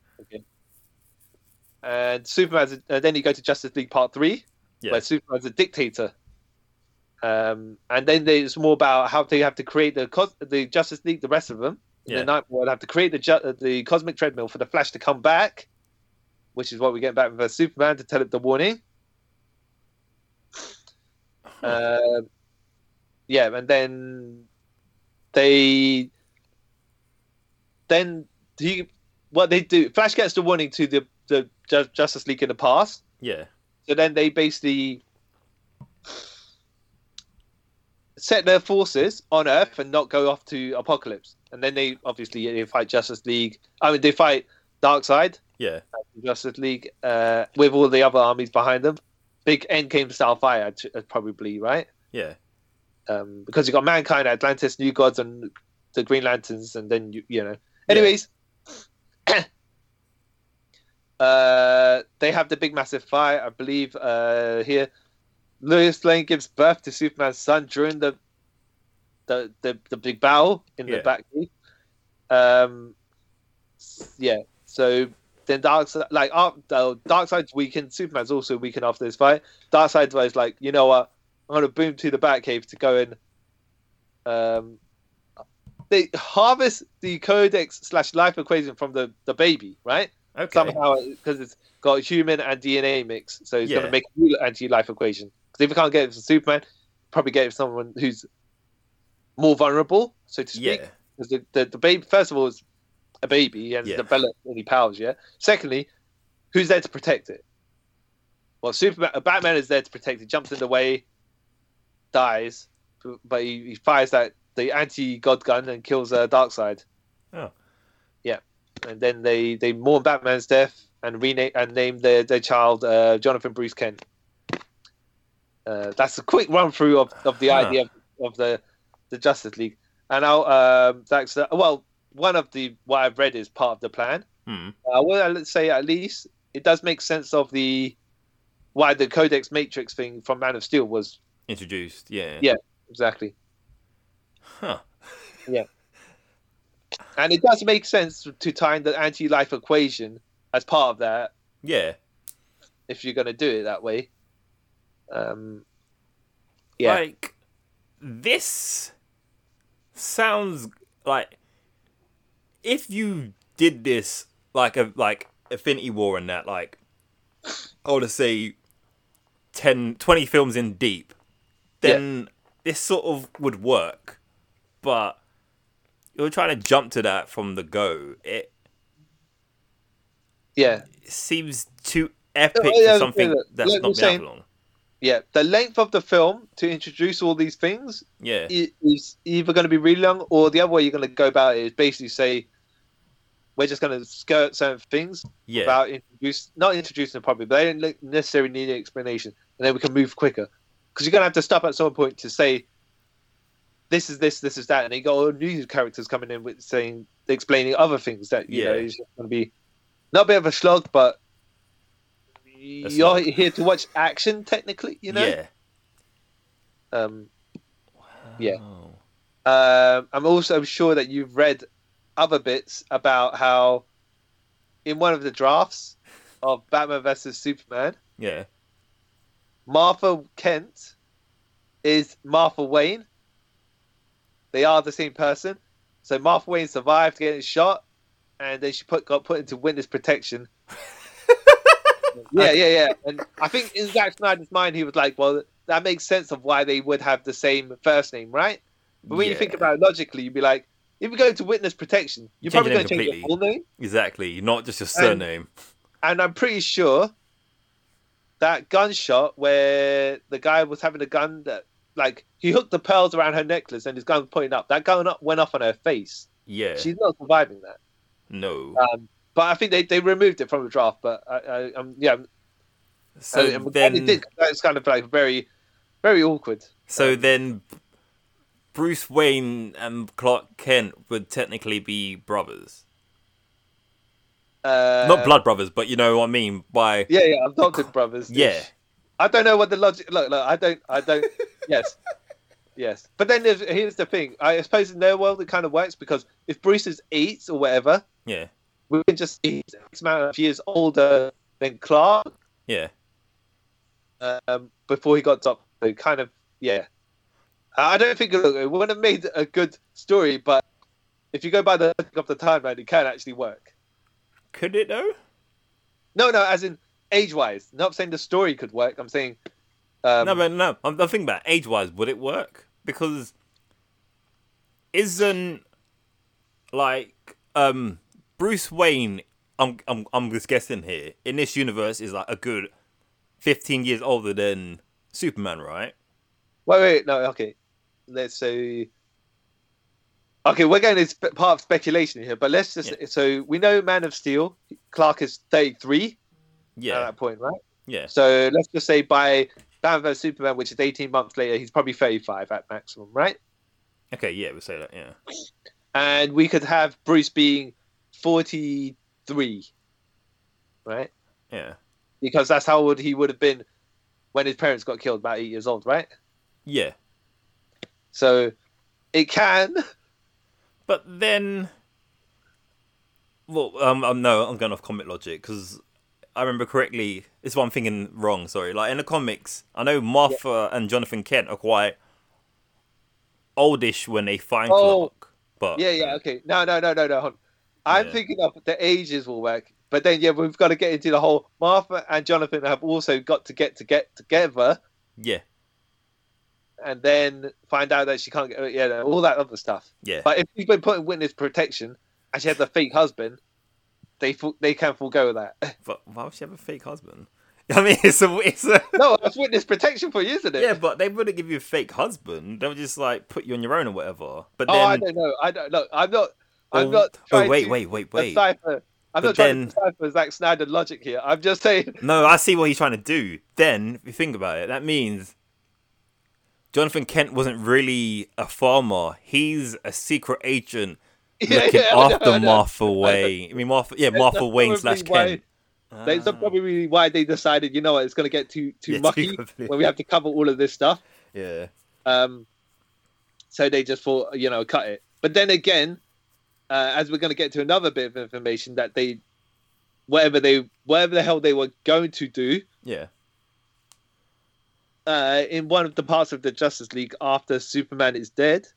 Speaker 2: and Superman's, and then you go to Justice League Part Three,
Speaker 1: Yeah.
Speaker 2: where Superman's a dictator. Um, and then they, it's more about how they have to create the cos- the Justice League, the rest of them. in
Speaker 1: Yeah.
Speaker 2: The Night World have to create the ju- uh, the cosmic treadmill for the Flash to come back, which is what we get back with uh, Superman to tell it the warning. Um yeah, and then they then he what they do. Flash gets the warning to the the Ju- Justice League in the past,
Speaker 1: Yeah.
Speaker 2: so then they basically set their forces on Earth and not go off to Apocalypse. And then they obviously they fight Justice League. I mean, they fight Darkseid,
Speaker 1: Yeah.
Speaker 2: Justice League, uh, with all the other armies behind them. Big end came Starfire, I'd- I'd probably right,
Speaker 1: Yeah.
Speaker 2: um, because you got Mankind, Atlantis, New Gods, and the Green Lanterns, and then you you know. Anyways, [COUGHS] uh, they have the big massive fight. I believe uh, here, Lois Lane gives birth to Superman's son during the the the, the big battle in
Speaker 1: Yeah.
Speaker 2: the back. room. Um, s- yeah. So then Dark like uh, Dark Side's weakened. Superman's also weakened after this fight. Dark Side was like, you know what? I'm gonna boom to the Batcave to go and um, they harvest the codex slash life equation from the, the baby, right?
Speaker 1: Okay.
Speaker 2: Somehow, because it's got human and DNA mix, so it's going
Speaker 1: Yeah.
Speaker 2: to make a new anti life equation. Because if you can't get it from Superman, probably get it from someone who's more vulnerable, so to speak.
Speaker 1: Yeah.
Speaker 2: Because the, the, the baby, first of all, is a baby and
Speaker 1: Yeah.
Speaker 2: develop any powers, yeah? Secondly, who's there to protect it? Well, Superman, uh, Batman is there to protect it, jumps in the way, dies, b- but he, he fires that the anti god gun and kills uh, Darkseid.
Speaker 1: Oh.
Speaker 2: Yeah. And then they, they mourn Batman's death and rename and name their, their child uh, Jonathan Bruce Kent. Uh, that's a quick run through of, of the
Speaker 1: Huh.
Speaker 2: idea of, of the the Justice League. And I'll, um, that's uh, well, one of the what I've read is part of the plan. Uh,
Speaker 1: Hmm.
Speaker 2: I would say at least it does make sense of the why the Codex Matrix thing from Man of Steel was
Speaker 1: Introduced. Yeah.
Speaker 2: Yeah. exactly,
Speaker 1: Huh.
Speaker 2: and it does make sense to tie in the anti-life equation as part of that
Speaker 1: Yeah.
Speaker 2: if you're going to do it that way. Um, Yeah.
Speaker 1: Like this sounds like if you did this like a like Affinity War and that like I want to say 10 20 films in deep then this sort of would work but you're trying to jump to that from the go it
Speaker 2: yeah,
Speaker 1: seems too epic
Speaker 2: Oh, yeah,
Speaker 1: for something
Speaker 2: yeah,
Speaker 1: that's
Speaker 2: like
Speaker 1: not
Speaker 2: we're
Speaker 1: been out
Speaker 2: saying-
Speaker 1: for long
Speaker 2: yeah. The length of the film to introduce all these things
Speaker 1: yeah
Speaker 2: i- is either going to be really long or the other way you're going to go about it is basically say we're just going to skirt certain things
Speaker 1: yeah
Speaker 2: about introduce not introducing them properly, but they don't look- necessarily need an explanation, and then we can move quicker because you're going to have to stop at some point to say this is this, this is that, and you got all new characters coming in with saying explaining other things that you know
Speaker 1: Yeah.
Speaker 2: is going to be not a bit of a slog, but you're
Speaker 1: slog.
Speaker 2: here to watch action technically, you know.
Speaker 1: Yeah.
Speaker 2: Um, Yeah.
Speaker 1: Oh.
Speaker 2: um, I'm also sure that you've read other bits about how in one of the drafts of Batman versus Superman,
Speaker 1: Yeah.
Speaker 2: Martha Kent is Martha Wayne. They are the same person. So Martha Wayne survived getting shot, and then she put got put into
Speaker 1: [LAUGHS]
Speaker 2: witness protection. yeah, yeah, yeah. And I think in Zack Snyder's mind, he was like, "Well, that makes sense of why they would have the same first name, right?" But when you think
Speaker 1: Yeah.
Speaker 2: about it logically, you'd be like, "If you go to witness protection, you're
Speaker 1: Change your name
Speaker 2: probably going to change your
Speaker 1: completely.
Speaker 2: full name."
Speaker 1: Exactly. Not just your surname.
Speaker 2: and I'm pretty sure that gunshot where the guy was having a gun that like he hooked the pearls around her necklace and his gun was pointing up. That gun up- went off on her face.
Speaker 1: yeah.
Speaker 2: She's not surviving that.
Speaker 1: no.
Speaker 2: Um, but I think they, they removed it from the draft. But I, I, um, yeah, I'm-
Speaker 1: so
Speaker 2: I, I'm glad
Speaker 1: then.
Speaker 2: they did. 'cause That's kind of like very, very awkward.
Speaker 1: So
Speaker 2: Um,
Speaker 1: then, Bruce Wayne and Clark Kent would technically be brothers.
Speaker 2: Uh,
Speaker 1: Not blood brothers, but you know what I mean by
Speaker 2: Yeah, yeah, adopted brothers.
Speaker 1: yeah.
Speaker 2: I don't know what the logic. Look, look, I don't, I don't. yes, yes. But then there's, here's the thing. I suppose in their world it kind of works because if Bruce is eight or whatever,
Speaker 1: Yeah.
Speaker 2: we can just he's X amount of years older than Clark
Speaker 1: Yeah.
Speaker 2: um, before he got top. So kind of, yeah. I I don't think look, it would have made a good story, but if you go by the logic of the timeline, it can actually work.
Speaker 1: Could it though?
Speaker 2: No, no, as in age-wise. Not saying the story could work. I'm saying. Um,
Speaker 1: no, but no. I'm, I'm thinking about age wise, would it work? Because isn't like um Bruce Wayne? I'm I'm I'm just guessing here. In this universe, is like a good fifteen years older than Superman, right?
Speaker 2: Wait, wait, no, okay. Let's say. Okay, we're going to spe- part of speculation here, but let's just. So we know Man of Steel, Clark is 33
Speaker 1: Yeah.
Speaker 2: at that point, right?
Speaker 1: yeah.
Speaker 2: So let's just say by Batman vs. Superman, which is 18 months later, he's probably 35 at maximum, right?
Speaker 1: Okay. Yeah. We'll say that. Yeah.
Speaker 2: And we could have Bruce being 43, right?
Speaker 1: Yeah.
Speaker 2: Because that's how old he would have been when his parents got killed, about eight years old, right?
Speaker 1: Yeah.
Speaker 2: So it can.
Speaker 1: But then, well, um, um no, I'm going off comic logic because I remember correctly. This is what I'm thinking wrong. Sorry, like in the comics, I know Martha and Jonathan Kent are quite oldish when they find
Speaker 2: Oh,
Speaker 1: Clark. But
Speaker 2: Yeah, yeah, okay. No, no, no, no, no. Hold on. I'm
Speaker 1: Yeah.
Speaker 2: thinking of the ages will work, but then yeah, we've got to get into the whole Martha and Jonathan have also got to get to get together,
Speaker 1: yeah,
Speaker 2: and then find out that she can't get yeah, no, all that other stuff.
Speaker 1: yeah,
Speaker 2: But if she's been put in witness protection and she has a fake husband, they fo- they can forego that. [LAUGHS]
Speaker 1: but why would she have a fake husband? [LAUGHS] I mean, it's a, it's
Speaker 2: [LAUGHS]
Speaker 1: a
Speaker 2: no, that's witness protection for you, isn't it?
Speaker 1: yeah, but they wouldn't give you a fake husband. They would just like put you on your own or whatever. But
Speaker 2: oh,
Speaker 1: then,
Speaker 2: I don't know. I don't look. I'm not. I'm
Speaker 1: Oh,
Speaker 2: not.
Speaker 1: oh
Speaker 2: trying
Speaker 1: wait,
Speaker 2: to
Speaker 1: wait, wait, wait.
Speaker 2: Decipher.
Speaker 1: But
Speaker 2: I'm not trying
Speaker 1: then-
Speaker 2: to decipher Zack Snyder logic here. I'm just saying. [LAUGHS]
Speaker 1: No, I see what he's trying to do. Then, if you think about it, that means Jonathan Kent wasn't really a farmer. He's a secret agent
Speaker 2: Yeah,
Speaker 1: looking
Speaker 2: yeah, I know,
Speaker 1: after
Speaker 2: I know.
Speaker 1: Martha Wayne. I mean, Martha, yeah, Martha
Speaker 2: That's
Speaker 1: Wayne slash
Speaker 2: probably why-
Speaker 1: Kent. Ah,
Speaker 2: That's probably why they decided, you know what, it's going to get too too
Speaker 1: Yeah, [LAUGHS] too
Speaker 2: mucky
Speaker 1: confused.
Speaker 2: when we have to cover all of this stuff.
Speaker 1: Yeah,
Speaker 2: Um, so they just thought, you know, cut it. But then again, uh, as we're going to get to another bit of information that they, whatever they, whatever the hell they were going to do
Speaker 1: yeah,
Speaker 2: uh, in one of the parts of the Justice League after Superman is dead,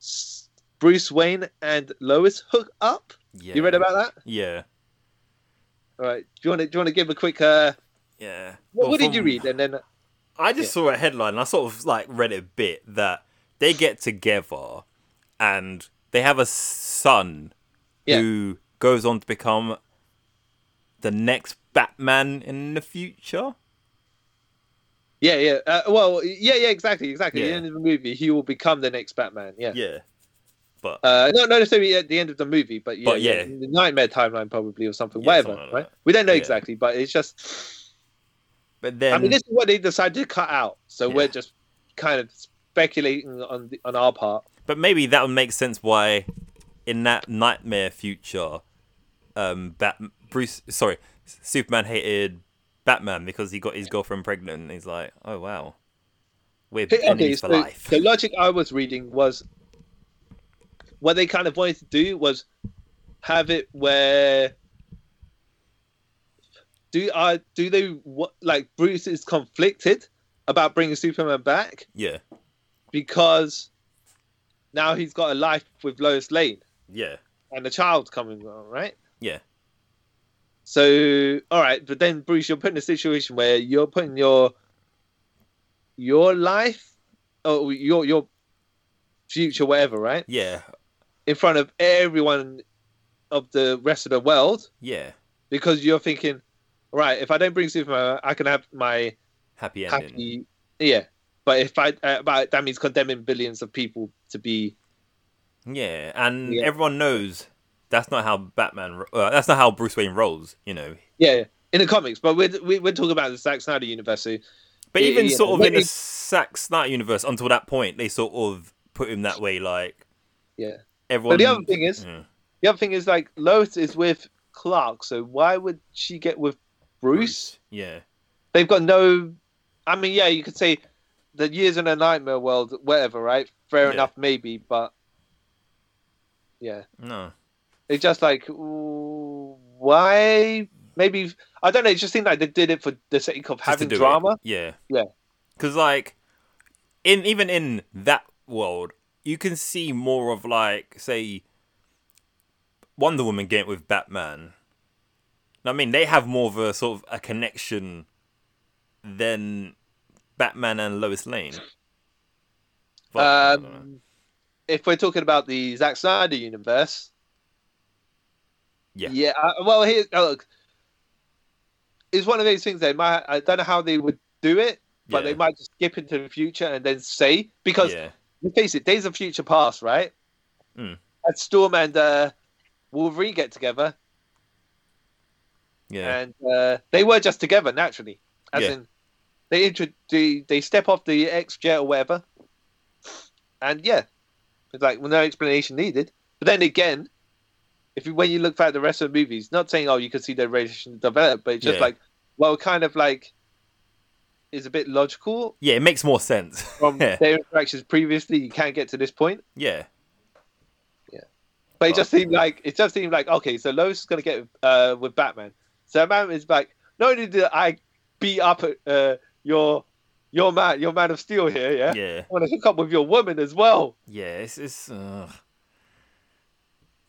Speaker 2: S- Bruce Wayne and Lois hook up.
Speaker 1: yeah.
Speaker 2: You read about that?
Speaker 1: Yeah,
Speaker 2: All right. Do you want to do you want to give a quick? Uh,
Speaker 1: yeah.
Speaker 2: what,
Speaker 1: Well,
Speaker 2: what did
Speaker 1: from-
Speaker 2: you read? And then
Speaker 1: I just saw a headline. And I sort of like read it a bit that they get together and they have a son
Speaker 2: Yeah.
Speaker 1: who goes on to become the next Batman in the future.
Speaker 2: Yeah, yeah. Uh, well, yeah, yeah, exactly, exactly. At
Speaker 1: Yeah.
Speaker 2: the end of the movie, he will become the next Batman. Yeah.
Speaker 1: Yeah, but
Speaker 2: Uh, not not necessarily at the end of the movie, but yeah,
Speaker 1: But
Speaker 2: yeah,
Speaker 1: yeah.
Speaker 2: in the nightmare timeline probably or something.
Speaker 1: Yeah,
Speaker 2: whatever,
Speaker 1: something like
Speaker 2: right?
Speaker 1: that.
Speaker 2: We don't know
Speaker 1: Yeah.
Speaker 2: exactly, but it's just.
Speaker 1: but then
Speaker 2: I mean, this is what they decided to cut out, so
Speaker 1: Yeah.
Speaker 2: we're just kind of speculating on the, on our part.
Speaker 1: But maybe that would make sense why, in that nightmare future, um, Bat Bruce, sorry, S- Superman hated Batman because he got his girlfriend pregnant, and he's like, oh wow, We're
Speaker 2: Okay,
Speaker 1: enemies
Speaker 2: so
Speaker 1: for life.
Speaker 2: The logic I was reading was what they kind of wanted to do was have it where do I do they what like Bruce is conflicted about bringing Superman back
Speaker 1: Yeah,
Speaker 2: because now he's got a life with Lois Lane
Speaker 1: yeah,
Speaker 2: and a child coming on, right?
Speaker 1: yeah,
Speaker 2: So, all right, but then Bruce, you're put in a situation where you're putting your your life, or your your future, whatever, right,
Speaker 1: yeah,
Speaker 2: in front of everyone of the rest of the world
Speaker 1: yeah.
Speaker 2: because you're thinking, right, if I don't bring Superman, I can have my
Speaker 1: Happy ending.
Speaker 2: happy, yeah. But if I, uh, but that means condemning billions of people to be
Speaker 1: Yeah, and
Speaker 2: Yeah.
Speaker 1: everyone knows that's not how Batman. ro- Uh, that's not how Bruce Wayne rolls. You know,
Speaker 2: yeah in the comics. But we're we- we're talking about the Zack Snyder universe. So
Speaker 1: But
Speaker 2: Yeah,
Speaker 1: even
Speaker 2: yeah.
Speaker 1: sort of
Speaker 2: When
Speaker 1: in the
Speaker 2: he-
Speaker 1: Zack Snyder universe, until that point, they sort of put him that way, like
Speaker 2: yeah.
Speaker 1: everyone.
Speaker 2: But the other thing is,
Speaker 1: Yeah.
Speaker 2: The other thing is like Lois is with Clark, so why would she get with Bruce?
Speaker 1: yeah,
Speaker 2: They've got no. I mean, yeah, you could say the years in a nightmare world, whatever, right? Fair
Speaker 1: Yeah.
Speaker 2: enough, maybe, but yeah,
Speaker 1: no,
Speaker 2: it's just like ooh, why? Maybe I don't know. It just seemed like they did it for the sake of
Speaker 1: just to
Speaker 2: having
Speaker 1: do it.
Speaker 2: drama.
Speaker 1: Yeah,
Speaker 2: Yeah.
Speaker 1: Because like, in even in that world, you can see more of like, say, Wonder Woman getting with Batman. I mean, they have more of a sort of a connection than Batman and Lois Lane. But, I don't know.
Speaker 2: Um, if we're talking about the Zack Snyder universe,
Speaker 1: Yeah.
Speaker 2: yeah. I, well, here, oh, look, it's one of those things. They might. I don't know how they would do it, but
Speaker 1: Yeah.
Speaker 2: they might just skip into the future and then say because
Speaker 1: yeah,
Speaker 2: let's face it, Days of Future Past, right?
Speaker 1: Mm.
Speaker 2: And Storm and uh, Wolverine get together,
Speaker 1: yeah.
Speaker 2: and uh, they were just together naturally, as
Speaker 1: Yeah.
Speaker 2: in they intro- they, they step off the X jet or whatever, and yeah, it's like well, no explanation needed. But then again, if you when you look back at the rest of the movies, not saying oh you can see their relation develop, but it's just
Speaker 1: Yeah.
Speaker 2: like well, kind of like is a bit logical
Speaker 1: Yeah, it makes more sense. [LAUGHS]
Speaker 2: from
Speaker 1: yeah,
Speaker 2: their interactions previously. You can't get to this point,
Speaker 1: yeah,
Speaker 2: but it just seemed like it just seemed like okay, so Lois is gonna get uh, with Batman. So Batman is like, not only did I beat up uh, your your man, your Man of Steel here, yeah,
Speaker 1: yeah,
Speaker 2: I want to hook up with your woman as well.
Speaker 1: yeah. It's it's. Uh...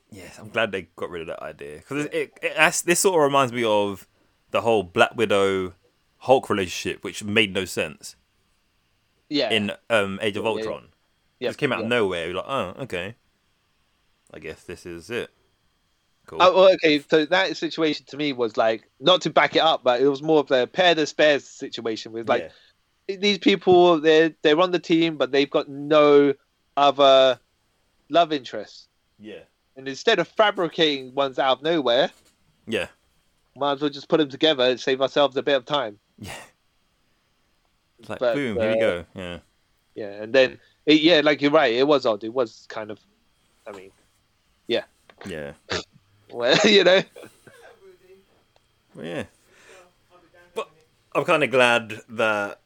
Speaker 1: Yes, I'm glad they got rid of that idea because it, it, it that's- this sort of reminds me of the whole Black Widow Hulk relationship, which made no sense
Speaker 2: Yeah,
Speaker 1: in um Age of
Speaker 2: Yeah, yeah, yeah.
Speaker 1: Ultron.
Speaker 2: yeah,
Speaker 1: Just came out
Speaker 2: yeah.
Speaker 1: of nowhere. You're like, oh, okay. I guess this is it. Cool.
Speaker 2: Oh, well, okay, so that situation to me was like not to back it up, but it was more of a pair the spares situation with like
Speaker 1: yeah.
Speaker 2: these people they're they're on the team but they've got no other love interests.
Speaker 1: yeah,
Speaker 2: And instead of fabricating ones out of nowhere,
Speaker 1: yeah,
Speaker 2: might as well just put them together and save ourselves a bit of time.
Speaker 1: yeah. It's like
Speaker 2: But,
Speaker 1: boom, here
Speaker 2: uh,
Speaker 1: we go. Yeah,
Speaker 2: Yeah, and then it, yeah, like you're right, it was odd. It was kind of, I mean, [LAUGHS]
Speaker 1: yeah.
Speaker 2: well, you know,
Speaker 1: Well, yeah. But I'm kind of glad that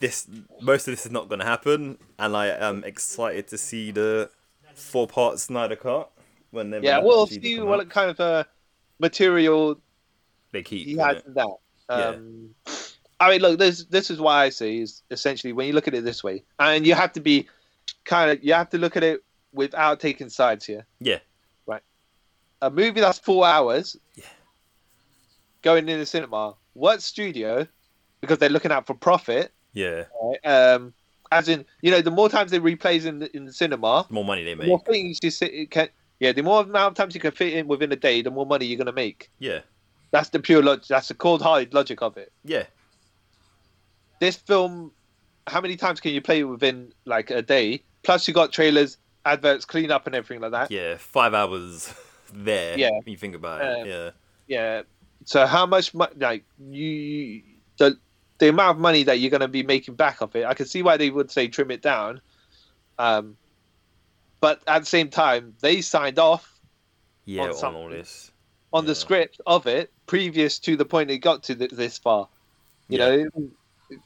Speaker 1: this most of this is not going to happen, and I am excited to see the four part Snyder cut. When they
Speaker 2: yeah, we'll see what kind of uh, material
Speaker 1: they keep.
Speaker 2: he
Speaker 1: doing
Speaker 2: has
Speaker 1: it.
Speaker 2: in that. Um, I mean, look, this this is why I say is essentially when you look at it this way, and you have to be kind of you have to look at it without taking sides here.
Speaker 1: Yeah.
Speaker 2: A movie that's four hours,
Speaker 1: Yeah.
Speaker 2: going in the cinema. What studio? Because they're looking out for profit.
Speaker 1: yeah,
Speaker 2: right? Um, as in, you know, the more times it replays in the, in the cinema,
Speaker 1: the more money they
Speaker 2: the
Speaker 1: make.
Speaker 2: more things you sit, it can, yeah, the more amount of times you can fit in within a day, the more money you're going to make.
Speaker 1: Yeah,
Speaker 2: That's the pure logic. That's the cold-hearted logic of it.
Speaker 1: yeah,
Speaker 2: This film, how many times can you play it within like a day? Plus, you got trailers, adverts, clean up, and everything like that. Yeah.
Speaker 1: yeah. Five hours [LAUGHS] there.
Speaker 2: Yeah.
Speaker 1: when you think about it.
Speaker 2: Um,
Speaker 1: yeah,
Speaker 2: So how much mo- like you the the amount of money that you're going to be making back of it? I can see why they would say trim it down. Um, but at the same time, they signed off
Speaker 1: yeah.
Speaker 2: on
Speaker 1: On, all
Speaker 2: something.
Speaker 1: this.
Speaker 2: on
Speaker 1: Yeah.
Speaker 2: the script of it previous to the point it got to th- this far.
Speaker 1: Yeah.
Speaker 2: You know,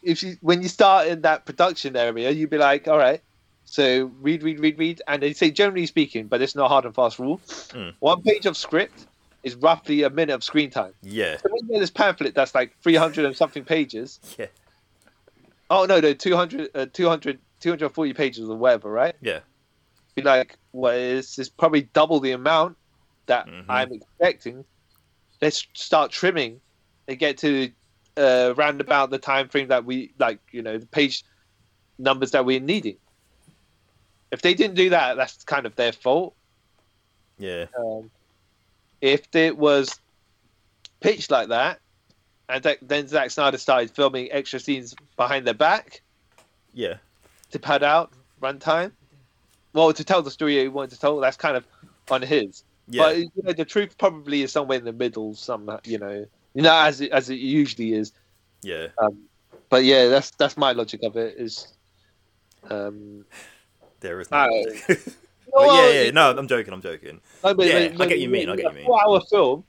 Speaker 2: if you when you start in that production area, you'd be like, all right, so read, read, read, read, and they say generally speaking, but it's not a hard and fast rule.
Speaker 1: Hmm.
Speaker 2: One page of script is roughly a minute of screen time.
Speaker 1: Yeah.
Speaker 2: So when you get this pamphlet that's like 300 and something pages.
Speaker 1: Yeah.
Speaker 2: Oh no, no, 200, uh, 200, 240 pages or whatever, right?
Speaker 1: Yeah.
Speaker 2: Be like, what is this? Probably double the amount that
Speaker 1: Mhm.
Speaker 2: I'm expecting. Let's start trimming and get to uh, round about the time frame that we like, you know, the page numbers that we're needing. If they didn't do that, that's kind of their fault.
Speaker 1: Yeah.
Speaker 2: Um, if it was pitched like that, and that, then Zack Snyder started filming extra scenes behind their back
Speaker 1: Yeah.
Speaker 2: to pad out runtime, well, to tell the story he wanted to tell, that's kind of on his.
Speaker 1: Yeah.
Speaker 2: But you know, the truth probably is somewhere in the middle. Some, you know, you know, as it, as it usually is. Um,
Speaker 1: yeah.
Speaker 2: But yeah, that's that's my logic of it. Is um,
Speaker 1: There is no.
Speaker 2: Uh,
Speaker 1: logic. [LAUGHS] But
Speaker 2: well,
Speaker 1: yeah, yeah. No, I'm joking. I'm joking.
Speaker 2: No, but-
Speaker 1: Yeah,
Speaker 2: but-
Speaker 1: I get you mean, I get you
Speaker 2: a
Speaker 1: mean.
Speaker 2: Four-hour film,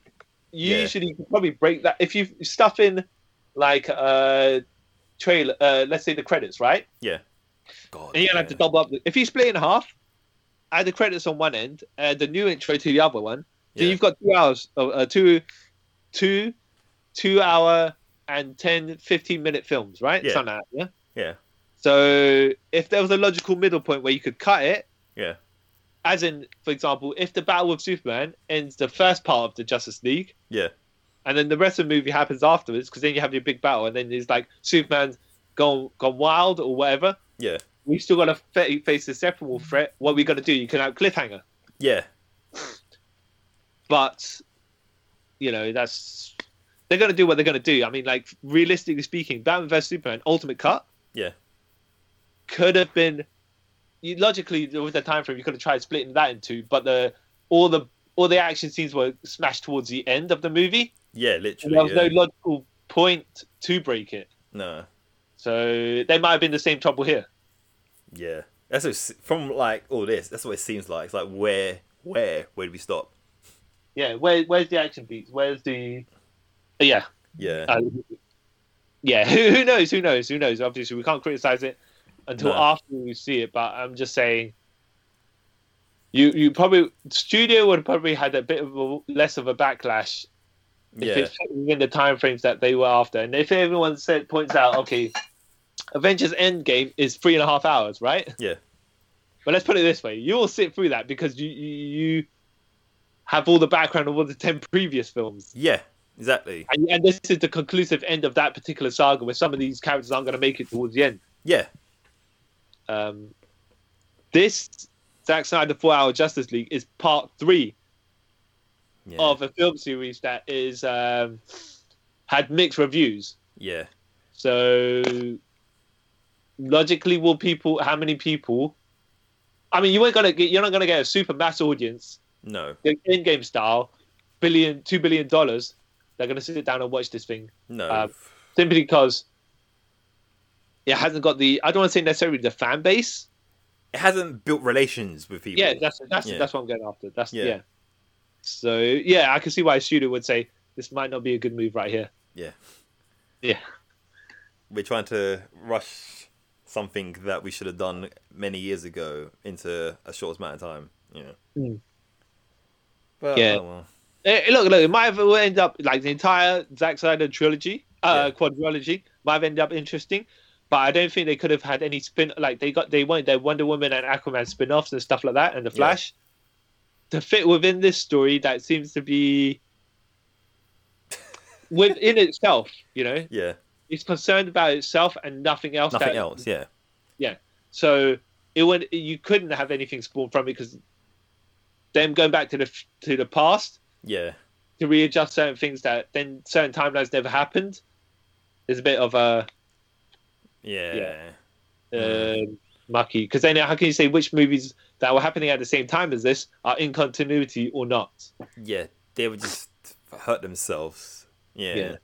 Speaker 2: you
Speaker 1: Yeah.
Speaker 2: usually could probably break that if you stuff in like uh trailer. Uh, let's say the credits, right?
Speaker 1: God.
Speaker 2: And you're gonna have to double up. the- If you split in half, add the credits on one end and the new intro to the other one, then
Speaker 1: Yeah.
Speaker 2: you've got two hours, uh, uh, two, two, two hour and 10, 15 minute films, right?
Speaker 1: Yeah.
Speaker 2: Something like that, yeah.
Speaker 1: Yeah.
Speaker 2: So if there was a logical middle point where you could cut it,
Speaker 1: Yeah.
Speaker 2: as in, for example, if the battle with Superman ends the first part of the Justice League,
Speaker 1: Yeah.
Speaker 2: and then the rest of the movie happens afterwards, because then you have your big battle, and then it's like Superman's gone gone wild or whatever.
Speaker 1: Yeah.
Speaker 2: We've still got to fa- face the
Speaker 1: Mm.
Speaker 2: separable threat. What are we gonna do? You can have cliffhanger,
Speaker 1: Yeah.
Speaker 2: but you know that's they're gonna do what they're gonna do. I mean, like realistically speaking, Batman vs Superman Ultimate Cut,
Speaker 1: Yeah.
Speaker 2: could have been you, logically with the time frame you could have tried splitting that in two, but the all the all the action scenes were smashed towards the end of the movie.
Speaker 1: Yeah.
Speaker 2: And there
Speaker 1: Literally.
Speaker 2: was
Speaker 1: Yeah.
Speaker 2: no logical point to break it.
Speaker 1: no.
Speaker 2: So they might have been the same trouble here.
Speaker 1: Yeah. That's what, it's- from like all this. That's what it seems like. It's like where, where, where do we stop?
Speaker 2: Yeah, where, where's the action beats? Where's the yeah,
Speaker 1: Yeah.
Speaker 2: uh, yeah? Who, who knows? Who knows? Who knows? Obviously, we can't criticize it until
Speaker 1: No.
Speaker 2: after we see it. But I'm just saying, you you probably studio would have probably had a bit of a, less of a backlash if
Speaker 1: yeah.
Speaker 2: it's within the time frames that they were after. And if everyone said points out, okay, Avengers Endgame is three and a half hours, right?
Speaker 1: Yeah.
Speaker 2: But let's put it this way: you will sit through that because you you, you have all the background of all the ten previous films.
Speaker 1: Yeah. Exactly.
Speaker 2: And, and this is the conclusive end of that particular saga, where some of these characters aren't going to make it towards the end.
Speaker 1: Yeah.
Speaker 2: Um, this Zack Snyder four-hour Justice League is part three
Speaker 1: Yeah.
Speaker 2: of a film series that is um, had mixed reviews.
Speaker 1: yeah.
Speaker 2: So logically, will people? How many people? I mean, you weren't gonna get. You're not gonna get a super mass audience,
Speaker 1: No.
Speaker 2: in game style, billion, two billion dollars. They're gonna sit down and watch this thing
Speaker 1: No.
Speaker 2: Um, simply because it hasn't got the. I don't want to say necessarily the fan base.
Speaker 1: it hasn't built relations with people.
Speaker 2: Yeah, that's that's
Speaker 1: Yeah.
Speaker 2: that's what I'm going after. That's
Speaker 1: Yeah.
Speaker 2: yeah. So yeah, I can see why a studio would say this might not be a good move right here.
Speaker 1: Yeah.
Speaker 2: Yeah.
Speaker 1: We're trying to rush something that we should have done many years ago into a short amount of time. Yeah.
Speaker 2: Mm.
Speaker 1: But,
Speaker 2: Yeah.
Speaker 1: oh, well.
Speaker 2: Eh, look, look, it might have will end up like the entire Zack Snyder trilogy, uh,
Speaker 1: Yeah.
Speaker 2: quadrilogy might have ended up interesting, but I don't think they could have had any spin. Like they got, they wanted their Wonder Woman and Aquaman spin-offs and stuff like that, and the
Speaker 1: Yeah.
Speaker 2: Flash to fit within this story that seems
Speaker 1: [LAUGHS]
Speaker 2: to be within itself. You know,
Speaker 1: Yeah.
Speaker 2: it's concerned about itself and nothing else.
Speaker 1: Nothing
Speaker 2: that-
Speaker 1: else. Yeah.
Speaker 2: So it would you couldn't have anything spawned from it because them going back to the f- to the past
Speaker 1: Yeah.
Speaker 2: to readjust certain things that then certain timelines never happened is a bit of a
Speaker 1: Yeah.
Speaker 2: Yeah. uh,
Speaker 1: Mm.
Speaker 2: mucky because then how can you say which movies that were happening at the same time as this are in continuity or not?
Speaker 1: Yeah. They would just hurt themselves. Yeah.
Speaker 2: Yeah.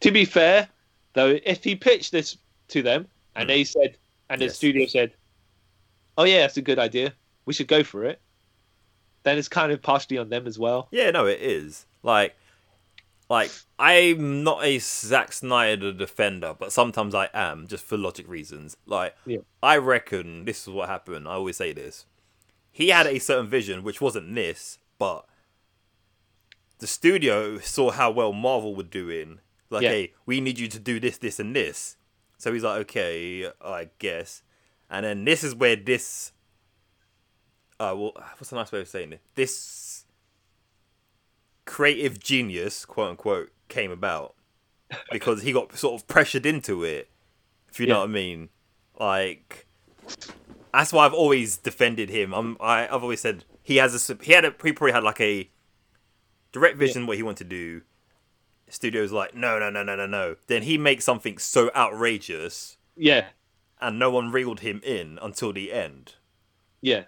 Speaker 2: To be fair, though, if he pitched this to them and
Speaker 1: Mm.
Speaker 2: they said, and the
Speaker 1: Yes.
Speaker 2: studio said, "Oh yeah, that's a good idea. We should go for it," then it's kind of partially on them as well.
Speaker 1: Yeah, no, it is. Like, Like I'm not a Zack Snyder defender, but sometimes I am just for logic reasons. Like
Speaker 2: Yeah.
Speaker 1: I reckon this is what happened. I always say this. He had a certain vision, which wasn't this, but the studio saw how well Marvel were doing. Like,
Speaker 2: Yeah.
Speaker 1: hey, we need you to do this, this, and this. So he's like, okay, I guess. And then this is where this. Uh, well, what's a nice way of saying it? This creative genius, quote unquote, came about because he got sort of pressured into it. If you know
Speaker 2: Yeah.
Speaker 1: what I mean, like that's why I've always defended him. I'm, I, I've always said he has a sup- he had a he probably had like a direct vision what he wanted to do. Studio's like, no, no, no, no, no, no. Then he makes something so outrageous,
Speaker 2: Yeah,
Speaker 1: and no one reeled him in until the end.
Speaker 2: yeah.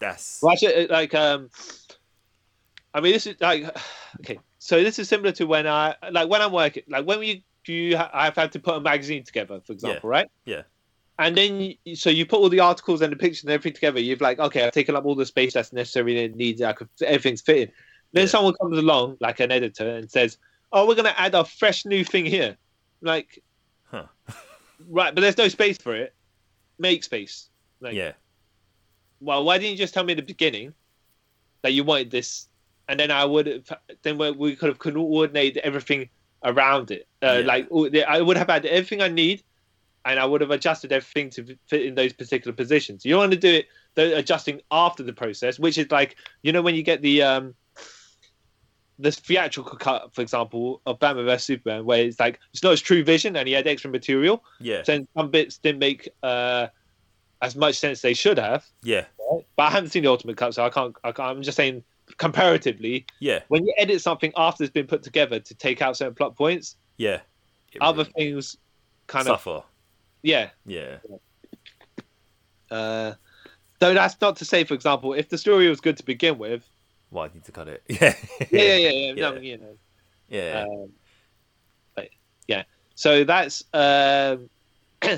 Speaker 1: That's
Speaker 2: Well, actually, it- like, um, I mean, this is like, [SIGHS] okay, so this is similar to when I, like, when I'm working, like, when you do, you, ha- I've had to put a magazine together, for example, right?
Speaker 1: Yeah.
Speaker 2: And then, you, so you put all the articles and the pictures and everything together. You've like, okay, I've taken up all the space that's necessary and it needs. I could, everything's fitting. Then
Speaker 1: Yeah.
Speaker 2: someone comes along, like an editor, and says, "Oh, we're gonna add a fresh new thing here." Like,
Speaker 1: Huh.
Speaker 2: [LAUGHS] right, but there's no space for it. Make space. Like,
Speaker 1: yeah,
Speaker 2: well, why didn't you just tell me at the beginning that you wanted this, and then I would have, then we- we could have coordinated everything around it. Uh,
Speaker 1: Yeah.
Speaker 2: Like all the- I would have had everything I need, and I would have adjusted everything to fit in those particular positions. You don't want to do it the adjusting after the process, which is like you know when you get the um the theatrical cut, for example, of Batman vs Superman, where it's like it's not his true vision, and he had extra material.
Speaker 1: yeah,
Speaker 2: Then some bits didn't make uh, as much sense they should have
Speaker 1: yeah,
Speaker 2: but I haven't seen the Ultimate Cut, so I can't. I can't I'm just saying comparatively,
Speaker 1: yeah,
Speaker 2: when you edit something after it's been put together to take out certain plot points,
Speaker 1: yeah. It
Speaker 2: other
Speaker 1: really
Speaker 2: things kind of
Speaker 1: suffer.
Speaker 2: yeah.
Speaker 1: Yeah,
Speaker 2: Uh, though that's not to say, for example, if the story was good to begin with,
Speaker 1: why I need to cut it? [LAUGHS] Yeah,
Speaker 2: yeah, yeah, yeah, yeah,
Speaker 1: Yeah.
Speaker 2: no, you know.
Speaker 1: yeah,
Speaker 2: Um, but yeah, so that's um, [CLEARS THROAT]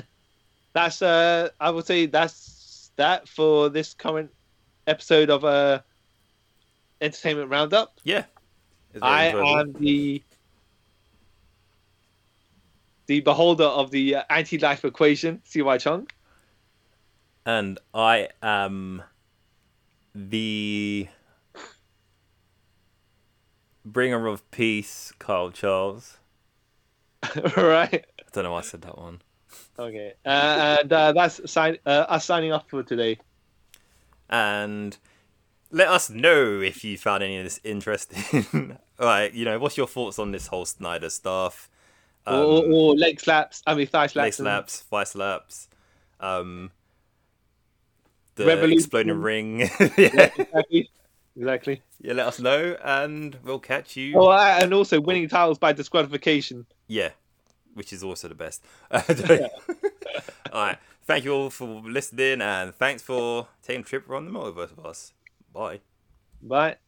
Speaker 2: that's uh, I would say that's that for this current episode of uh, Entertainment Roundup.
Speaker 1: yeah. It's very
Speaker 2: I
Speaker 1: enjoyable.
Speaker 2: am the the beholder of the uh, anti-life equation, CY Chung. [LAUGHS]
Speaker 1: and I am the bringer of peace, Carl Charles.
Speaker 2: right.
Speaker 1: I don't know why I said that one.
Speaker 2: Okay. Uh, and uh, that's sign- uh, us signing off for today.
Speaker 1: and let us know if you found any of this interesting. [LAUGHS] like, you know, what's your thoughts on this whole Snyder stuff? Um,
Speaker 2: or, or leg slaps. I mean thigh slaps.
Speaker 1: leg
Speaker 2: and-
Speaker 1: slaps, vice slaps, um, the
Speaker 2: Revolution.
Speaker 1: exploding ring. [LAUGHS] yeah.
Speaker 2: Exactly.
Speaker 1: [LAUGHS]
Speaker 2: exactly.
Speaker 1: yeah, let us know, and we'll catch you.
Speaker 2: Oh, uh, and also winning titles by disqualification.
Speaker 1: Yeah, which is also the best. [LAUGHS] all right, thank you all for listening, and thanks for taking a trip around the multiverse with us. Bye.
Speaker 2: Right.